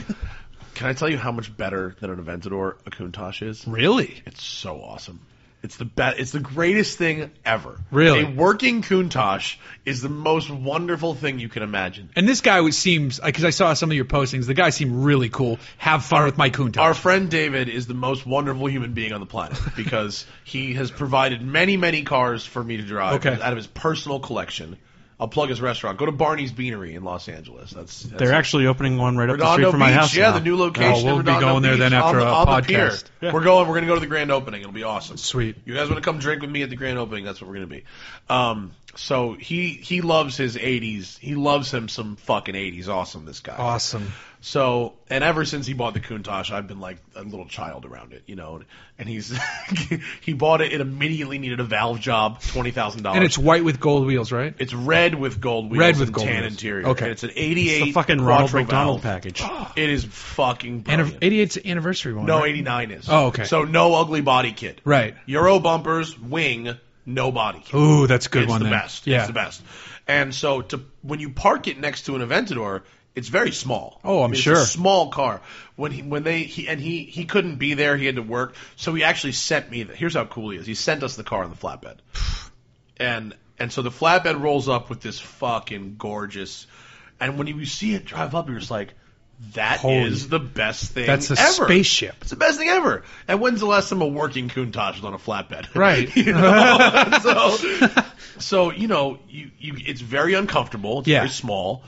Can I tell you how much better than an Aventador a Countach is?
really?
It's so awesome. It's the best. It's the greatest thing ever.
Really?
a working Countach is the most wonderful thing you can imagine.
And this guy was, seems because I saw some of your postings. The guy seemed really cool. Have fun with my Kunta.
Our friend David is the most wonderful human being on the planet because he has provided many, many cars for me to drive
Okay.
out of his personal collection. I'll plug his restaurant. Go to Barney's Beanery in Los Angeles. That's, that's
They're actually opening one right up the
Redondo
street from my
Beach,
house.
yeah,
now.
the new location.
Oh, we'll
in
be
Redondo
going there
Beach,
then after
on the,
a
on the pier.
podcast. Yeah.
We're going. We're going to go to the grand opening. It'll be awesome.
Sweet.
You guys want to come drink with me at the grand opening? That's what we're going to be. Um, so he he loves his 80s. He loves him some fucking 80s. Awesome, this guy.
awesome.
So, and ever since he bought the Countach, I've been like a little child around it, you know. And he's he bought it. It immediately needed a valve job, twenty thousand dollars.
And it's white with gold wheels, right?
Oh. It's red with gold wheels.
Red with
and
gold
tan
wheels.
interior.
Okay.
And it's an 88
It's the fucking Ronald
quattro
McDonald
valve.
package.
It is fucking
And
brilliant.
88's anniversary one.
no,
right?
89 is.
Oh, okay.
So no ugly body kit.
Right.
Euro bumpers, wing, no body kit.
Ooh, that's a good
it's
one.
the
then.
best.
Yeah.
It's the best. And so to when you park it next to an Aventador, it's very small.
Oh, I'm
I mean,
sure.
It's a small car. When he, when they he and he he couldn't be there. He had to work. So he actually sent me. The, here's how cool he is. He sent us the car on the flatbed. And and so the flatbed rolls up with this fucking gorgeous. And when you see it drive up, you're just like, that is
Holy-
the best thing.
That's a
ever.
spaceship.
It's the best thing ever. And when's the last time a working Countach was on a flatbed?
Right.
You know? so, so you know, you, you it's very uncomfortable. It's
Yeah.
very small.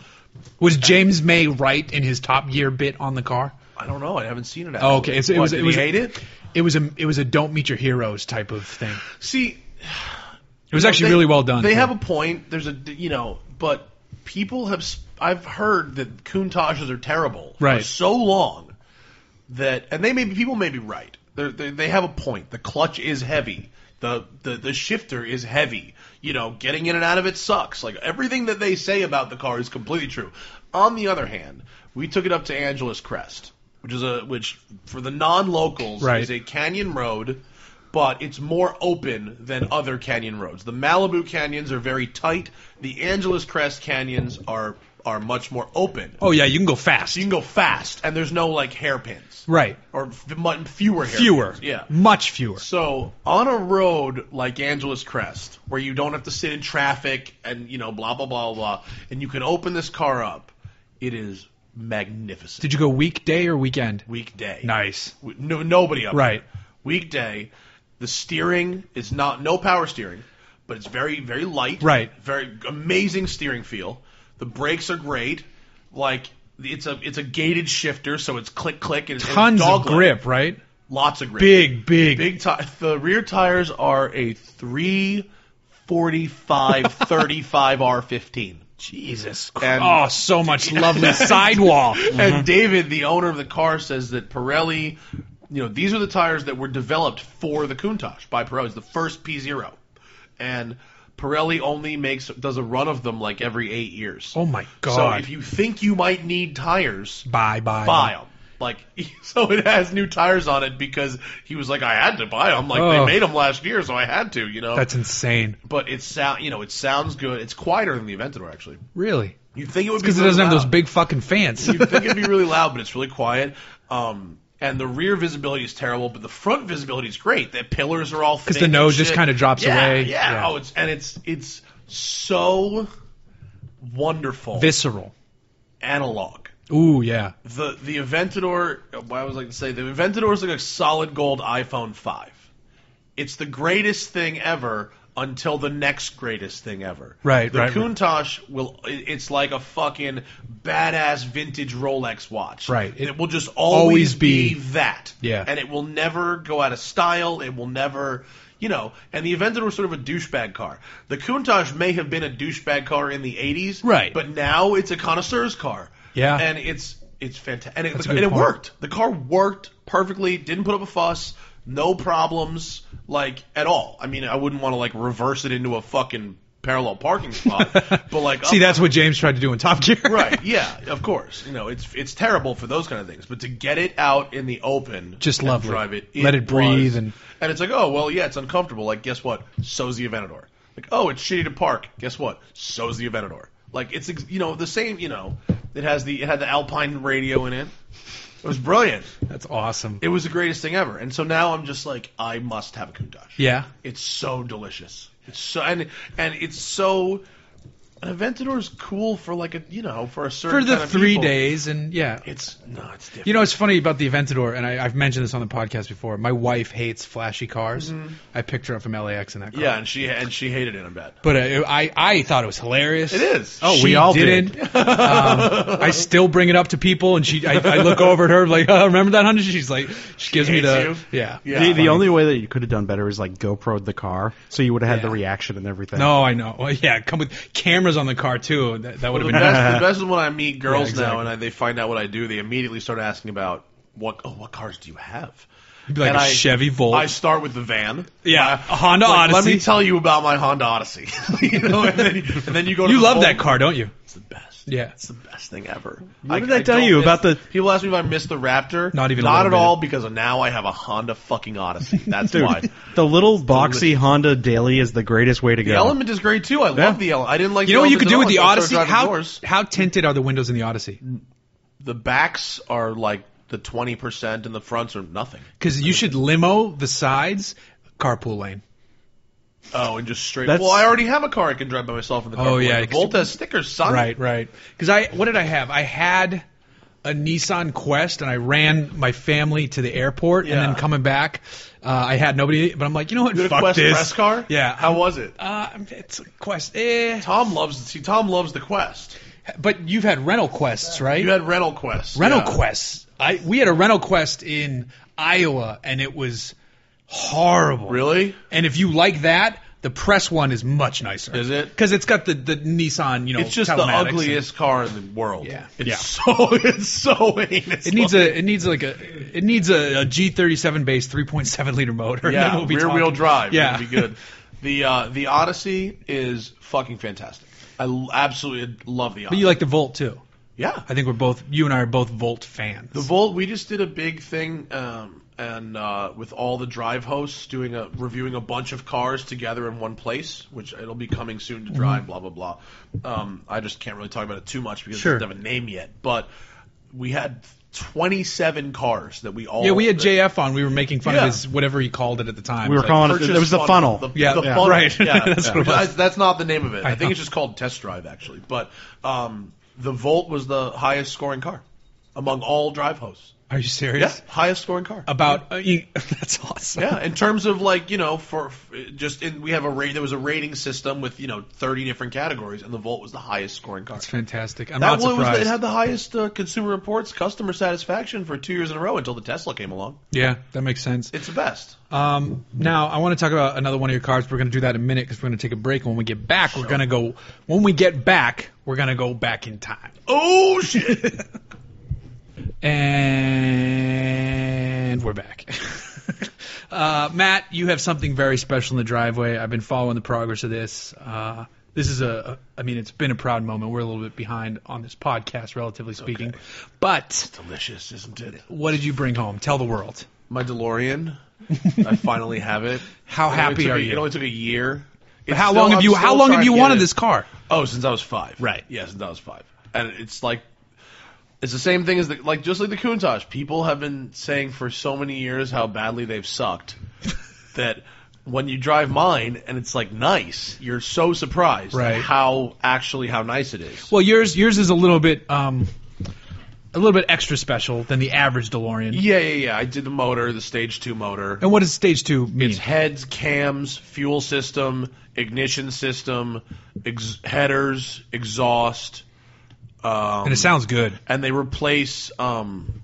Was James May right in his Top Gear bit on the car?
I don't know. I haven't seen it.
Oh, okay. It's- it
What,
was-
did
it was-
he hate it.
It was a it was a don't meet your heroes type of thing.
See,
It was
know,
actually
they-
really well done.
They
too.
have a point. There's a you know, but people have. s- I've heard that Countages are terrible for
Right.
so long that, and they may be people may be right. They're, they they have a point. The clutch is heavy. The, the the shifter is heavy. You know, getting in and out of it sucks. Like everything that they say about the car is completely true. On the other hand, we took it up to Angeles Crest, which is a which for the non-locals
Right.
is a canyon road but it's more open than other canyon roads. The Malibu canyons are very tight. The Angeles Crest canyons are are much more open.
Oh yeah, you can go fast.
You can go fast, and there's no like hairpins,
right.
Or f- mu- fewer hairpins.
Fewer.
yeah.
Much fewer.
So on a road like Angeles Crest, where you don't have to sit in traffic and you know blah blah blah blah, and you can open this car up, it is magnificent.
Did you go weekday or weekend?
Weekday,
Nice.
W- No, nobody up
Right.
there. Weekday, the steering is not no power steering, but it's very very light.
Right.
Very amazing steering feel. The brakes are great. Like it's a it's a gated shifter, so it's click click and it's- and
Tons
it's
of
dog leg.
grip, right?
Lots of grip.
Big, big.
Big tire. The rear tires are a 345 35 R15.
Jesus Christ.
And-
Oh, so much lovely sidewall.
And David, the owner of the car, says that Pirelli, you know, these are the tires that were developed for the Countach by Pirelli. It's the first P0. And Pirelli only makes does a run of them like every 8 years.
Oh my god.
So if you think you might need tires,
bye bye.
buy them. Like so it has new tires on it because he was like I had to buy them like they
Oh.
made them last year so I had to, you know.
That's insane.
but it sound, you know, it sounds good. It's quieter than the Aventador actually.
Really?
You think it would be
Because it
really
doesn't have those
loud.
big fucking fans.
You'd think it'd be really loud, but it's really quiet. Um, and the rear visibility is terrible, but the front visibility is great. The pillars are all because
the nose just kinda drops
yeah,
away.
Yeah,
Yeah.
Oh, it's and it's it's so wonderful.
Visceral.
analog.
Ooh yeah.
The the Aventador. Why was I going to say the Aventador is like a solid gold iPhone five. It's the greatest thing ever until the next greatest thing ever.
Right,
The
right, right.
Countach will. it- It's like a fucking badass vintage Rolex watch.
Right.
It,
It
will just always,
always
be,
be-
that.
Yeah.
And it will never go out of style. It will never. You know, and the Aventador was sort of a douchebag car. The Countach may have been a douchebag car in the '80s,
Right.
But now it's a connoisseur's car.
Yeah.
And it's it's fantastic. And it,
That's a
and
good
it
point.
worked. The car worked perfectly. Didn't put up a fuss. No problems, like at all. I mean, I wouldn't want to like reverse it into a fucking parallel parking spot, but like
See,
oh,
that's what James tried to do in Top Gear.
right. Yeah, of course. You know, it's it's terrible for those kind of things, but to get it out in the open,
Just
and
lovely.
drive it,
Let it breathe
was-
and-
and it's like, oh well, yeah, it's uncomfortable. Like, guess what? So's the Aventador. Like, oh, it's shitty to park. Guess what? So's the Aventador. Like, it's ex- you know the same. You know, it has the it had the Alpine radio in it. It was brilliant.
That's awesome.
It was the greatest thing ever. And so now I'm just like, I must have a Countach.
Yeah.
It's so delicious. It's so and and it's so. An Aventador is cool for like a you know for a certain
For the
kind of
three
people.
days and yeah.
It's no, it's different.
You know, it's funny about the Aventador, and I, I've mentioned this on the podcast before. My wife hates flashy cars. I picked her up from LAX in that car.
Mm-hmm. yeah, and she and she hated it. I bet
But uh, I, I thought it was hilarious.
it is.
Oh,
we all did.
didn't. um, I still bring it up to people, and she. I, I look over at her like, oh, remember that hundred? She's like, she gives me
hates
the
you?
yeah.
Yeah.
the,
funny.
the only way that you could have done better is like GoPro the car, so you would have had the
Yeah.
reaction and everything.
No, I know. Well, yeah, come with cameras on the car too. That, that would
the
have been.
best. The best is when I meet girls
Yeah,
now
exactly.
and I, they find out what I do. They immediately start asking about what oh what cars do you have.
Be like
and
a
I-
Chevy Volt.
I start with the van.
yeah,
My-
a Honda
like,
Odyssey.
Let me tell you about my Honda Odyssey. you know, and then, and then you go. To
you
the
love
Volt-
that car, don't you?
It's the best.
Yeah.
It's the best thing ever.
What did I tell
don't
you
miss-
about the-
People ask me if I missed the Raptor.
Not even a
Not at
little bit.
all because now I have a Honda fucking Odyssey. That's
Dude,
why.
the little boxy Honda daily is the greatest way to
The
go.
Element is great too. I love
Yeah.
the Element. I didn't like.
You
the
know what you could
Element
do
at
with
all
the
until I
Odyssey?
started driving
How
doors.
how tinted are the windows in the Odyssey?
the backs are like the twenty percent and the fronts are nothing.
Because you should limo the sides, carpool lane.
Oh, and just straight.
That's-
Well, I already have a car I can drive by myself in the car.
Oh, yeah,
The
'cause you-
Volt has stickers, son.
Right, right. Because I, what did I have? I had a Nissan Quest, and I ran my family to the airport, and
Yeah.
then coming back, uh, I had nobody. But I'm like, you know what?
You had a
Fuck
Quest
this.
press car.
Yeah.
How was it?
Uh, it's a Quest. Eh.
Tom loves. See, Tom loves the Quest.
But you've had rental quests, right?
You had rental Quest.
rental
yeah.
quests. I we had a rental quest in Iowa, and it was horrible.
Really?
And if you like that, The press one is much nicer.
Is it?
Because it's got the, the Nissan, you know,
It's just the
telematics and-
ugliest car in the world.
Yeah.
It's
Yeah.
so it's so heinous.
It needs a it needs like a it needs a, a G37 base 3.7 liter motor. and
yeah,
then we'll be
rear
talking.
wheel drive.
Yeah,
It'd be good. The uh, the Odyssey is fucking fantastic. I l- absolutely love the Odyssey.
But you like the Volt too.
yeah.
I think we're both you and I are both Volt fans.
The Volt. We just did a big thing, um, and uh, with all the drive hosts doing a reviewing a bunch of cars together in one place, which it'll be coming soon to
Mm-hmm.
drive. Blah blah blah. Um, I just can't really talk about it too much because
Sure.
it doesn't have a name yet. But we had 27 cars that we all
yeah, we had
that-
JF on. We were making fun
Yeah.
of his whatever he called it at the time.
We
It's like,
were calling it.
purchase
It was the funnel.
The,
Yeah,
the
yeah,
funnel.
right.
Yeah,
That's
that's,
what it was.
that's not the name of it. I, think
know.
it's just called Test Drive actually. But um, the Volt was the highest scoring car among all drive hosts.
Are you
Yeah,
serious?
highest scoring car.
About uh, you- that's awesome.
yeah, in terms of like you know for f- just in, we have a rate there was a rating system with you know 30 different categories and the Volt was the highest scoring car.
That's fantastic. I'm
That
not
one was
surprised.
it had the highest uh, consumer reports customer satisfaction for two years in a row until the Tesla came along.
yeah, that makes sense.
It's the best.
Um, now I want to talk about another one of your cards. We're going to do that in a minute because we're going to take a break. When we get back, we're going to go. When we get back, we're going to go back in time.
Oh shit!
And we're back. uh, Matt, you have something very special in the driveway. I've been following the progress of this. Uh, this is a, I mean, it's been a proud moment. We're a little bit behind on this podcast, relatively speaking. But
Delicious, isn't it?
what did you bring home? Tell the world.
My DeLorean. I finally have it.
How
It only
happy
took
are
a-
you?
It only took a year. It's
How
still-
long have
I'm
you?
still
How long
trying
have
to
you
get
wanted
it.
this car?
Oh, since I was five.
Right.
Yeah, since I was five, and it's like it's the same thing as the like just like the Countach. People have been saying for so many years how badly they've sucked that when you drive mine and it's like nice, you're so surprised
Right.
how actually how nice it is.
Well, yours yours is a little bit um, a little bit extra special than the average DeLorean.
yeah, yeah, yeah. I did the motor, the stage two motor.
And what does stage two mean?
It's heads, cams, fuel system, ignition system, ex- headers, exhaust. Um,
and it sounds good.
and they replace um,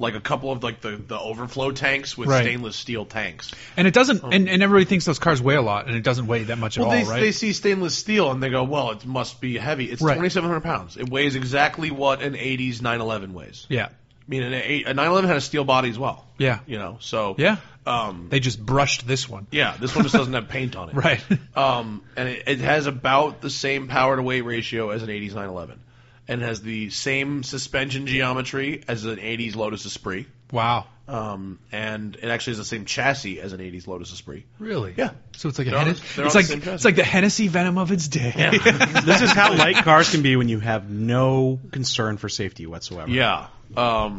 like a couple of like the, the overflow tanks with
Right.
stainless steel tanks.
And it doesn't. And, and everybody thinks those cars weigh a lot, and it doesn't weigh that much at
Well,
all,
they,
right?
they see stainless steel and they go, well, it must be heavy. It's
Right.
2,700 pounds. It weighs exactly what an 80s 911 weighs.
yeah,
I mean, an eight, a 911 had a steel body as well.
Yeah.
You know, so
Yeah.
um,
they just brushed this one.
yeah. This one just doesn't have paint on it,
Right.
Um, and it, it has about the same power to weight ratio as an 80s 911, and has the same suspension geometry as an 80s Lotus Esprit.
Wow.
Um, and it actually has the same chassis as an 80s Lotus Esprit.
Really?
Yeah.
So it's like a
They're on-
Hennessy.
they're
It's
on
like
the same
it's
chassis.
like the Hennessy venom of its day.
this is how light cars can be when you have no concern for safety whatsoever.
Yeah. Um,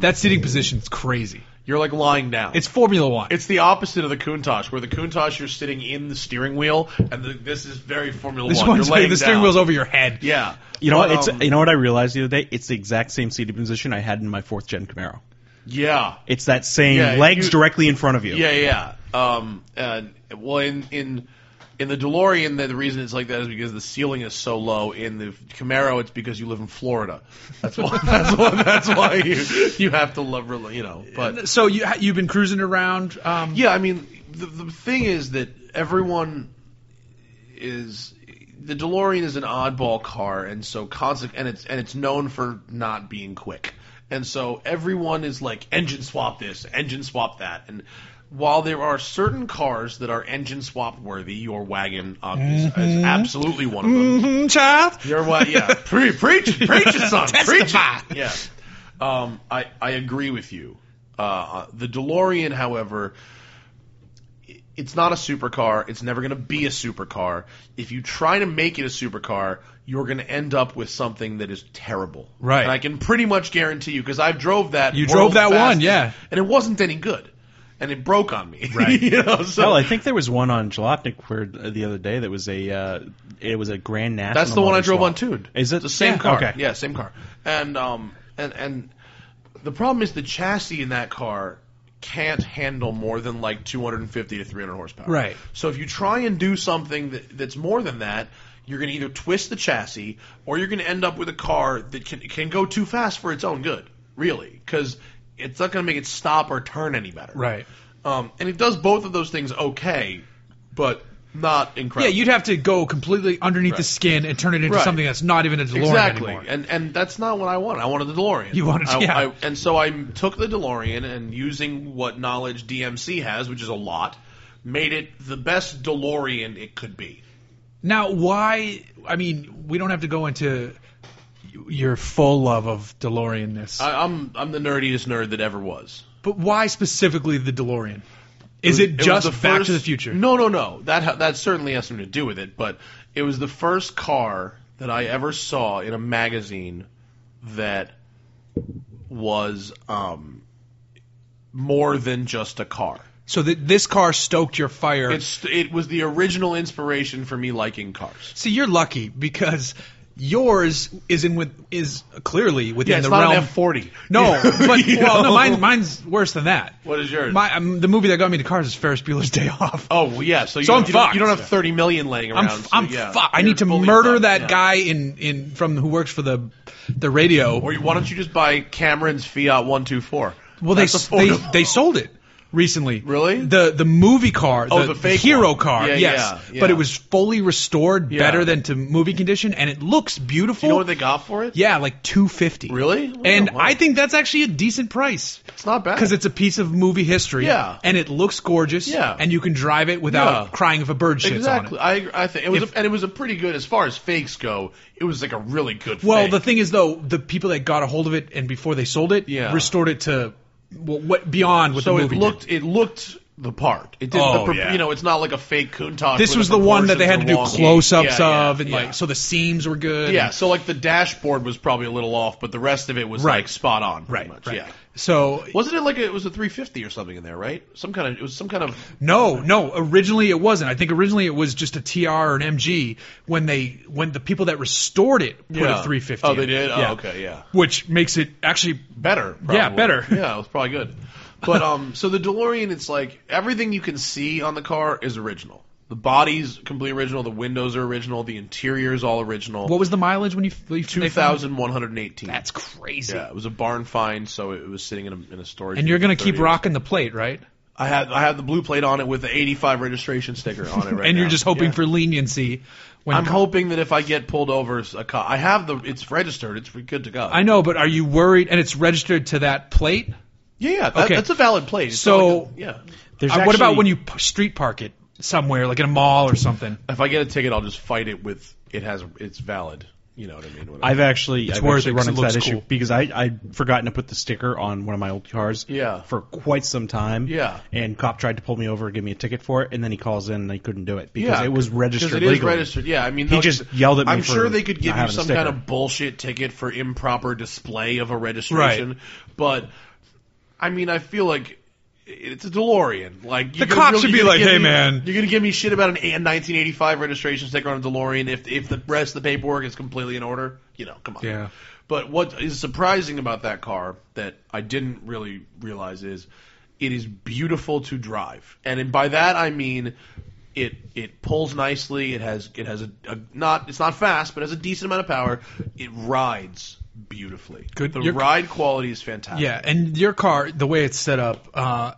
that sitting position's crazy.
you're like lying down.
It's Formula One.
it's the opposite of the Countach, where the Countach you're sitting in the steering wheel, and the, this is very Formula
this
One.
one's
you're laying
the steering
down.
wheel's over your head.
Yeah.
You know
But,
what? It's
um,
you know what I realized the other day. It's the exact same seating position I had in my fourth gen Camaro.
yeah.
It's that same
Yeah,
legs
you-
directly in front of you.
Yeah, yeah. Um, and well, in in in the DeLorean, the, the reason it's like that is because the ceiling is so low. In the Camaro, it's because you live in Florida. That's why. that's why. That's why you you have to love. rela- You know, but
So you you've been cruising around. Um,
yeah, I mean, the the thing is that everyone is the DeLorean is an oddball car, and so constant, and it's and it's known for not being quick, and so everyone is like engine swap this, engine swap that, and while there are certain cars that are engine swap worthy, your wagon obviously is absolutely one of them.
Mhm, child.
Your what? Yeah, Pre- preach, preach it, son, preach
Testify.
it. Yeah, um, I I agree with you. Uh, the DeLorean, however, i- it's not a supercar. It's never going to be a supercar. If you try to make it a supercar, you're going to end up with something that is terrible.
Right.
And I can pretty much guarantee you because I drove that.
You
world's
drove that one,
fastest,
yeah.
And it wasn't any good, and it broke on me.
Right.
you know, so
Hell, I think there was one on Jalopnik where the other day that was a uh, it was a Grand National.
That's the one I
Motor
drove
Swap.
on Tuned.
Is it
the same
Yeah,
car?
Okay.
Yeah, same car. And um and and the problem is the chassis in that car can't handle more than like 250 to 300 horsepower.
Right.
So if you try and do something that, that's more than that, you're going to either twist the chassis or you're going to end up with a car that can can go too fast for its own good, really, cuz it's not going to make it stop or turn any better.
Right.
Um, and it does both of those things okay, but not
Yeah,
incredible.
you'd have to go completely underneath the
Right.
skin and turn it into
Right.
something that's not even a DeLorean
exactly,
anymore.
and and that's not what I wanted. I wanted the DeLorean.
You wanted-
I,
yeah.
I- and so I took the DeLorean and using what knowledge DMC has, which is a lot, made it the best DeLorean it could be.
Now, why? I mean, we don't have to go into y- your full love of DeLorean-ness,
I, I'm I'm the nerdiest nerd that ever was.
but why specifically the DeLorean? Is it,
was
just
the
Back
first-
to the Future?
No, no, no. That ha- that certainly has something to do with it, but it was the first car that I ever saw in a magazine that was um, more than just a car.
So that this car stoked your fire.
It's it was the original inspiration for me liking cars.
See, you're lucky because yours is in with is clearly within
Yeah, it's
the
not
realm.
an F forty.
No, but well, no, mine, mine's worse than that.
What is yours?
My, um, the movie that got me to cars is Ferris Bueller's Day Off.
oh well, yeah. So you,
So I'm
you, don't,
fucked.
you don't have thirty million laying
I'm,
around. so,
I'm
yeah,
fuck. I
you're
need to
fully
murder
fucked,
that
yeah.
guy in, in from who works for the the radio.
Or you- why don't you just buy Cameron's Fiat one two four?
well, they, s- they they sold it recently.
Really?
The the movie car,
Oh,
the,
the fake
hero
one.
car.
Yeah,
yes,
yeah,
but
yeah.
it was fully restored,
Yeah.
better than to movie condition, and it looks
Do
beautiful.
you know what they got for it?
yeah, like two fifty.
Really? Wow,
And
wow.
I think that's actually a decent price.
It's not bad.
because it's a piece of movie history.
Yeah.
And it looks gorgeous.
Yeah.
And you can drive it without
Yeah.
crying if a bird shits
exactly.
on it.
I agree. I think it was,
If-
a, and it was a pretty good as far as fakes go. It was like a really good.
Well,
fake.
the thing is though, the people that got a hold of it and before they sold it,
Yeah.
restored it to what, what beyond what
so
the
it
movie
looked
did.
it looked the part. It did.
Oh,
the, pro-
yeah.
You know, it's not like a fake Countach.
This
where
was the one that they had to do
proportions are wonky.
close-ups
Yeah, yeah,
of, and
yeah.
like so the seams were good.
Yeah,
and-
so like the dashboard was probably a little off, but the rest of it was
Right.
like spot on. pretty
right,
much,
right.
Yeah.
So
Wasn't it like a, it was a 350 or something in there, right? Some kind of it was some kind of
No, no. Originally, it wasn't. I think originally it was just a TR or an MG when they when the people that restored it put
Yeah.
a 350.
Oh,
in
they
it.
did? Oh, okay, yeah.
Which makes it actually
better. Probably.
Yeah, better.
yeah, it was probably good. But um, so the DeLorean, it's like everything you can see on the car is original. The body's completely original. The windows are original. The interior's all original.
What was the mileage when you when you-
Two
they found it?
thousand one hundred eighteen.
That's crazy.
yeah. It was a barn find, so it was sitting in a, in a storage.
And you're
unit
gonna
for
keep
30 years.
rocking the plate, right?
I have I have the blue plate on it with the eighty five registration sticker on it right
and you're
now.
just hoping
Yeah.
for leniency. When
I'm hoping that if I get pulled over, s- a cop. I have the. It's registered. It's good to go.
I know, but are you worried? And it's registered to that plate.
Yeah, yeah. That,
Okay.
That's a valid plate. It's
So-
not like a- yeah.
There's
Uh, what about
actually-
when you p- street park it somewhere, like in a mall or something?
If I get a ticket, I'll just fight it with it has it's valid. You know what I mean? Whatever.
I've actually I've
worth
actually
it
run
'cause it
into
looks
that issue
cool.
because I I'd forgotten to put the sticker on one of my old cars.
Yeah.
For quite some time.
Yeah.
And cop tried to pull me over, give me a ticket for it, and then he calls in and I couldn't do it because
Yeah,
it was
'Cause
registered
it is
legally.
registered. Yeah, I mean,
He
those-
just yelled at me
I'm
for
sure they could
not
give you
having a
some kind
sticker.
of bullshit ticket for improper display of a registration,
Right.
but I mean, I feel like it's a DeLorean. Like you're
The
gonna
cops
really-
should
you're
be
gonna
like,
give
"Hey,
me-
man."
you're gonna give me shit about an, a 1985 registration sticker on a DeLorean if if the rest of the paperwork is completely in order. You know, come on.
Yeah.
But what is surprising about that car that I didn't really realize is it is beautiful to drive, and in- by that I mean it it pulls nicely. It has it has a, a not it's not fast, but has a decent amount of power. It rides beautifully.
Good.
The
Your-
ride quality is fantastic.
Yeah, and your car, the way it's set up, uh,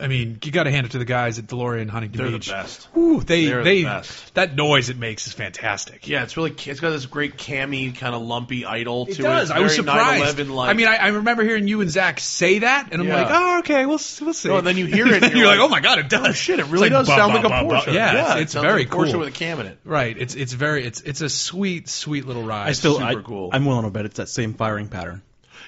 I mean, you got to hand it to the guys at DeLorean Huntington
They're the
Beach.
best.
Whew, they
They're
they
the best.
that noise it makes is fantastic.
Yeah, it's really it's got this great cammy kind of lumpy idle to
It does.
It's
I was
very
surprised.
911 -like.
I mean, I, I remember hearing you and Zach say that, and I'm
Yeah.
like, oh, okay, we'll s- we'll see.
No, and then you hear it, and
and
you're
you're like,
like,
oh my god, it does.
shit, it
It's
really does
bah,
sound
bah,
like a
bah, bah.
Porsche.
Yeah, it's-
it
it's
sounds
very
like a Porsche
cool.
with a cam in it.
Right. It's it's very it's it's a sweet sweet little ride.
I still
Super
I,
cool.
I'm willing to bet it's that same firing pattern.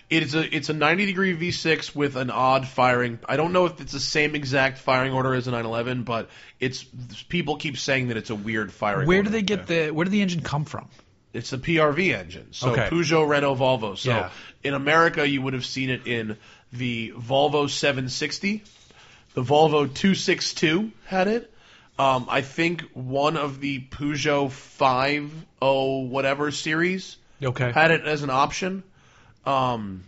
It is a it's a 90 degree V6 with an odd firing. I don't know if it's the same exact firing order as a 911, but it's people keep saying that it's a weird firing.
where
order.
do they get the where did the engine come from?
It's a PRV engine, so
Okay.
Peugeot, Renault, Volvo. So
Yeah.
in America, you would have seen it in the Volvo 760, the Volvo 262 had it. Um, I think one of the Peugeot 50 whatever series
Okay.
had it as an option, um,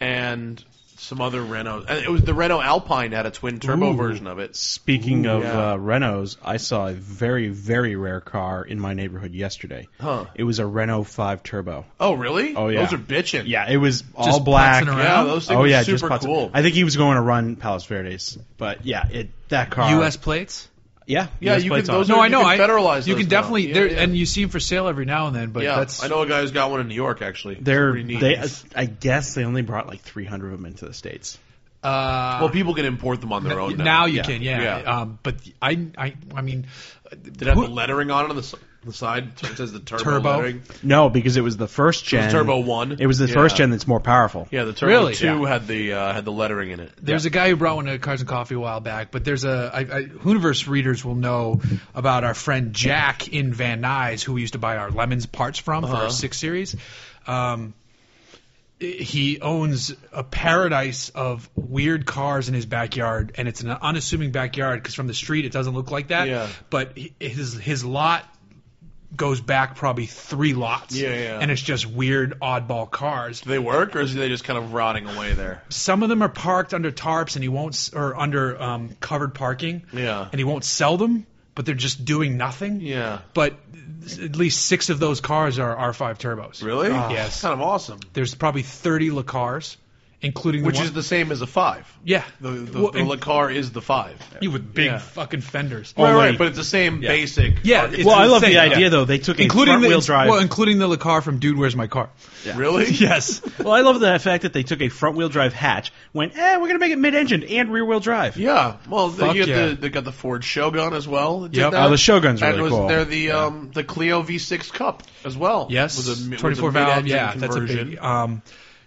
and some other Renault. And it was the Renault Alpine had a twin turbo
Ooh.
version of it.
Speaking of
yeah.
uh, Renos, I saw a very very rare car in my neighborhood yesterday.
Huh.
It was a Renault 5 Turbo.
Oh really?
Oh, yeah.
Those are bitching.
Yeah, it was all
Just
black.
putzing around.
Yeah, those things
oh
are
yeah,
super
just putzing.
cool.
I think he was going to run Palos Verdes, but yeah, it that car.
U.S. plates.
Yeah.
Yeah,
US
you
plates
can-
on
those
it.
No,
You
I know.
can
I
federalize
You can
those now.
definitely,
Yeah,
there,
yeah.
and you see them for sale every now and then. But
yeah,
that's
I know a guy who's got one in New York actually. It's
They're
pretty neat.
they. I guess they only brought like 300 of them into the states.
Uh,
well, people can import them on their own now.
now, you
Yeah.
can, yeah.
Yeah.
Um, but I, I, I mean,
Did it have
who-
the lettering on it on the, s- the side? It says the turbo,
Turbo.
lettering.
No, because it was the first gen.
Turbo One.
It was the
Yeah.
first gen that's more powerful.
Yeah, the turbo
Really?
two had the uh, had the lettering in it.
There's a guy who brought one to Cars and Coffee a while back, but there's a I, I, Hooniverse readers will know about our friend Jack in Van Nuys, who we used to buy our lemons parts from for
Uh-huh.
our six series. Um, he owns a paradise of weird cars in his backyard, and it's an unassuming backyard because from the street it doesn't look like that.
Yeah.
But he- his his lot goes back probably three lots.
Yeah, yeah.
And it's just weird oddball cars
Do they work, or is they just kind of rotting away there?
some of them are parked under tarps and he won't s- or under um, covered parking
Yeah.
and he won't sell them but they're just doing nothing
Yeah.
but s- at least six of those cars are r5 turbos
Really?
Yes.
Kind of awesome.
there's probably 30 lacars including
Which
the one,
is the same as a five.
yeah
The the,
Well,
the
and-
Lacar is the five.
you with big
yeah.
fucking fenders
Right,
Only-
right, but it's the same basic.
Yeah,
arch-
it's
well, I love the
insane.
idea
Yeah.
though. They took
including
a
the
front wheel drive.
well including the lacar from dude where's my car
really?
yes
Well, I love the fact that they took a front wheel drive hatch, went, eh, we're going to make it mid engine and rear wheel drive.
Yeah. Well, they,
Fuck
you got
yeah.
the, they got the Ford Shogun as well. Did
Yep.
that.
Oh,
the Shogun's
and
really
was
cool.
There the um the Clio V6 Cup as well.
Yes,
Was a mi- was a
24 valve.
mid-engine
Yeah, that's a
conversion.
big. Um,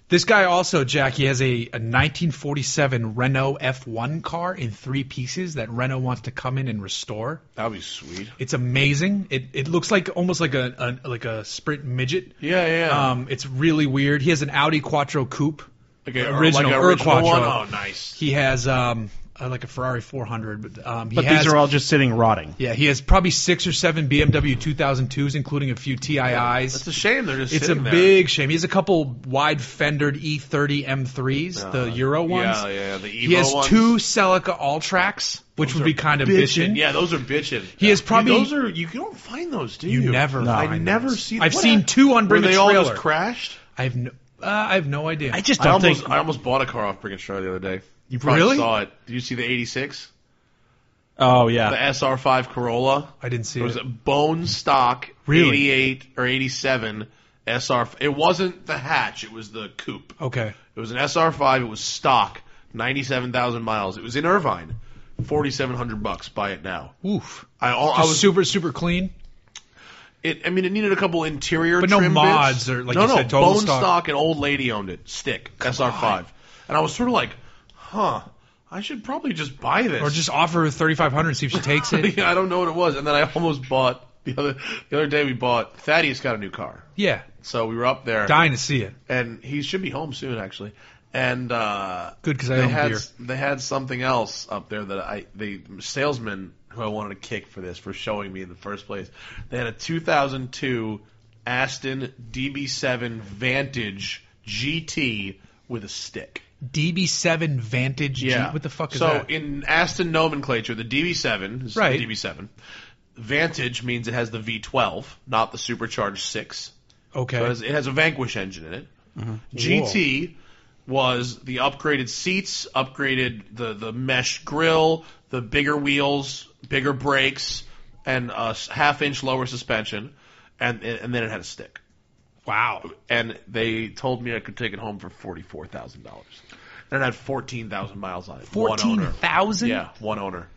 this guy also, Jack, he has a, a 1947 Renault F1 car in three pieces that Renault wants to come in and restore.
That'd be sweet.
It's amazing. It it looks like almost like a, a like a Sprint midget.
Yeah, yeah. yeah.
Um, it's really weird. He has an Audi Quattro coupe.
like a,
original
like a
Ur
original one.
Quattro.
Oh, nice.
He has um uh, like a Ferrari 400. But, um, he
But
has,
these are all just sitting rotting.
Yeah, he has probably six or seven BMW 2002s, including a few TIIs.
It's a shame they're just.
It's a
sitting there.
big shame. He has a couple wide fendered E E30 M3s, the Euro ones.
Uh, Yeah, yeah. The Evo
He has
ones.
two Celica All Tracks, which would be kind of bitching.
Yeah, those are bitching.
He is probably-
those are you don't find those, do you?
You never
No,
I,
find
never
those.
see.
I've
what
seen
hap-
two on
Were
Bring a
they all
Trailer.
just crashed?
I've no, uh, I have no idea.
I just
I
don't
almost
think.
I almost bought a car off Brick and Straw the other day. You
probably Really?
saw it. Did you see the '86,
oh,
the
yeah.
SR5 Corolla?
I didn't see
It was
it.
a bone stock
Really?
'88 or '87 SR. It wasn't the hatch. It was the coupe.
Okay.
It was an SR5. It was stock, ninety-seven thousand miles. It was in Irvine, forty-seven hundred bucks. Buy it now.
Oof.
I, all, I
Just
was
super super clean.
It, I mean, it needed a couple interior,
But no
trim
mods
bits.
or, like
no,
you
no,
said, total
bone
stock.
and old lady owned it. Stick SR5, and I was sort of like, huh, I should probably just buy this.
Or just offer her 3500 and see if she takes it.
yeah, I don't know what it was, and then I almost bought the other the other day. We bought Thaddeus got a new car,
yeah.
so we were up there,
Dying to see it.
and he should be home soon actually. And uh,
Good, 'cause I
they
own
had
beer.
they had something else up there that I the salesman who I wanted to kick for this for showing me in the first place. They had a 2002 Aston DB7 Vantage GT with a stick.
DB7 Vantage
Yeah.
Jeep. What the fuck is
so
that?
in Aston nomenclature, the DB7 is
Right.
the DB7. Vantage means it has the V12, not the supercharged six.
okay. Mm-hmm.
So it has, it has a Vanquish engine in it. GT was the upgraded seats, upgraded the the mesh grill, the bigger wheels, bigger brakes, and a s- half inch lower suspension, and and then it had a stick.
wow.
And they told me I could take it home for forty four thousand dollars, and it had fourteen thousand miles on it. One owner.
14,000?
Yeah, one owner.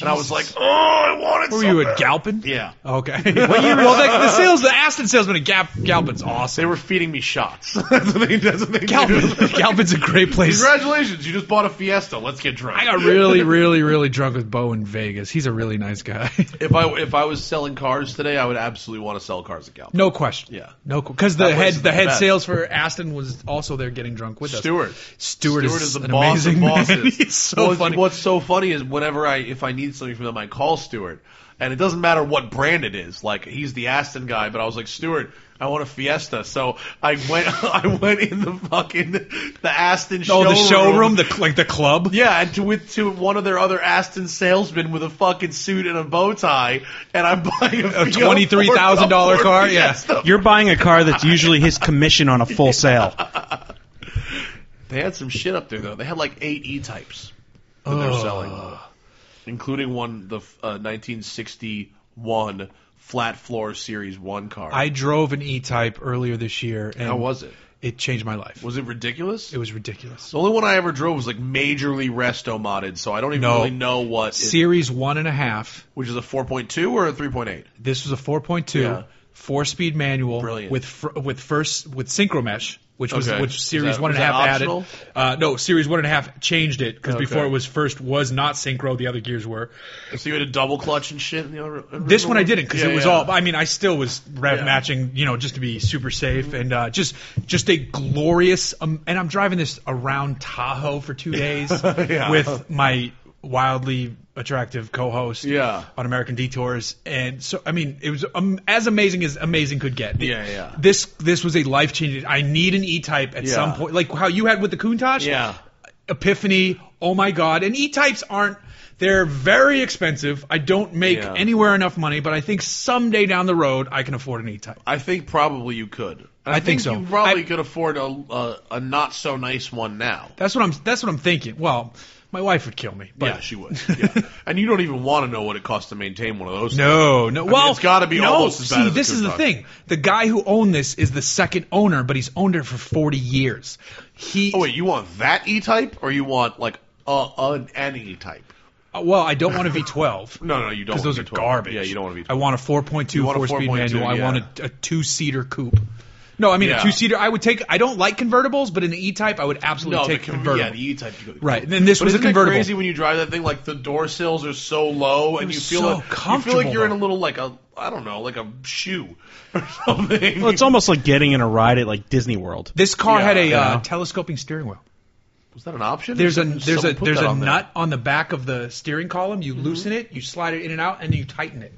And I was like, oh, I want it.
Were
so
you at
bad."
Galpin?
Yeah.
Okay. well, the, the sales, the Aston salesman at Gap, Galpin's awesome.
They were feeding me shots. that's what they, that's what they do.
Galpin, Galpin's a great place.
Congratulations, you just bought a Fiesta. Let's get drunk.
I got really, really, really drunk with Bo in Vegas. He's a really nice guy.
if I if I was selling cars today, I would absolutely want to sell cars at Galpin.
No question.
Yeah.
No, because the
That place
head,
is
the
the
head
best.
sales for Aston was also there getting drunk with us.
Stewart.
Stewart,
Stewart
is,
is the
an
boss of
amazing man.
bosses.
He's so
What's-
funny.
What's so funny is whenever I if I need something from them, I call Stewart, and it doesn't matter what brand it is. Like he's the Aston guy, but I was like Stewart. I want a Fiesta, so I went. I went in the fucking the Aston.
oh, the
showroom
showroom, the cl- like the club.
Yeah, and to with to one of their other Aston salesmen with a fucking suit and a bow tie, and I'm buying a, Fiat
$23,000 car,
Ford
yeah.
Fiesta.
You're buying a car that's usually his commission on a full sale.
They had some shit up there though. They had like eight E types that they're
Ugh.
selling. including one the uh, 1961 flat floor Series One car.
I drove an E-Type earlier this year, and
How was it?
it changed my life.
Was it ridiculous?
it was ridiculous.
the only one I ever drove was like majorly resto modded, so I don't even
No.
really know what. it-
Series one and a half.
which is a 4.2 or a 3.8.
This was a 4.2
Yeah.
four-speed manual
Brilliant.
with fr- with first with synchro mesh, which was
Okay.
which
Is
series
that-
one
was
and a
that
half
optional?
added. Uh, no, series one and a half changed it because
Okay.
before it was first was not synchro. The other gears were.
So you had a double clutch and shit. In the other,
This one I didn't because
Yeah,
it was
yeah.
all. I mean, I still was rev
Yeah.
matching, you know, just to be super safe and uh, just just a glorious. Um, and I'm driving this around Tahoe for two days
Yeah.
with my wildly attractive co-host
Yeah.
on American Detours, and so I mean, it was um, as amazing as amazing could get.
Yeah, yeah.
This this was a life changing. I need an E-type at
Yeah.
some point, like how you had with the Countach
Yeah.
epiphany oh my god and e-types aren't they're very expensive i don't make
Yeah.
anywhere enough money but i think someday down the road i can afford an e-type
I think probably you could. And I,
I think so.
You probably
I-
could afford a, a a not so nice one now.
that's what i'm that's what i'm thinking well my wife would kill me but
yeah, she would. Yeah. and you don't even want to know what it costs to maintain one of those.
no no well
it's gotta be
no,
almost as bad
see
as a
this is the
Countach.
thing the guy who owned this is the second owner but he's owned it for 40 years he
Oh wait, you want that E type or you want like a an, an E type?
Uh, well i don't want a v12
No, no, you don't.
because those are
want a V12.
garbage.
Yeah, you don't want to
I
be.
want a 4.2
You want a
four-speed
4.2,
manual. I
yeah.
want a, a two-seater coupe. No, I mean
Yeah.
a two-seater. I would take. I don't like convertibles, but in the E-Type, I would absolutely
No, the
take
con-
convertible.
yeah, the E type. you go-
Right, and then this
But
was a
isn't it
convertible.
crazy when you drive that thing? Like the door sills are so low, and you
was
feel
so
like, you feel like
comfortable,
you're in a
though.
little like a I don't know, like a shoe or something.
Well, it's almost like getting in a ride at like Disney World.
This car
Yeah,
had a
yeah.
uh, telescoping steering wheel.
was that an option?
There's a
Someone
there's a
put
there's
that
a
on there. Mm-hmm.
nut on the back of the steering column. You loosen it, you slide it in and out, and then you tighten it.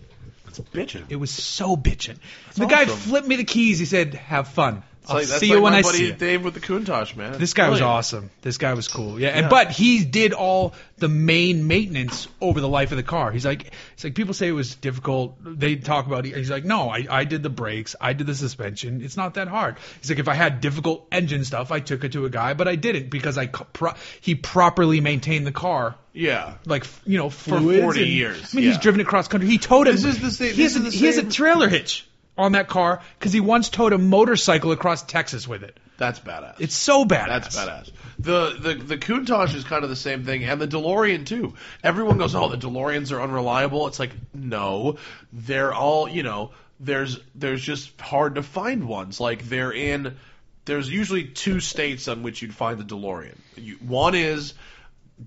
Bitchin'.
It was so bitchin'. the guy
awesome.
flipped me the keys. He said, "Have fun.
It's
I'll
like- that's
see you
like
when
my
I
buddy
see you."
Dave with the Countach, man. It's
This guy was
brilliant.
awesome. This guy was cool. Yeah, and but he did all the main maintenance over the life of the car. He's like, it's like people say it was difficult. They talk about. it. He's like, no, I, I did the brakes, I did the suspension. It's not that hard. He's like, if I had difficult engine stuff, I took it to a guy, but I didn't because I co- pro- he properly maintained the car.
Yeah.
Like f- you know, for
Fluids
40
and- years,
I mean, he's
yeah.
driven it cross country. He towed a.
This is the same-
He
this
has, a,
is the
he has a
same-
trailer hitch on that car because he once towed a motorcycle across Texas with it.
That's badass.
It's so badass.
That's badass. The the the Countach is kind of the same thing, and the DeLorean too. Everyone goes, "Oh, the DeLoreans are unreliable." It's like, no, they're all you know. There's there's just hard to find ones. Like they're in. There's usually two states on which you'd find the DeLorean. You, one is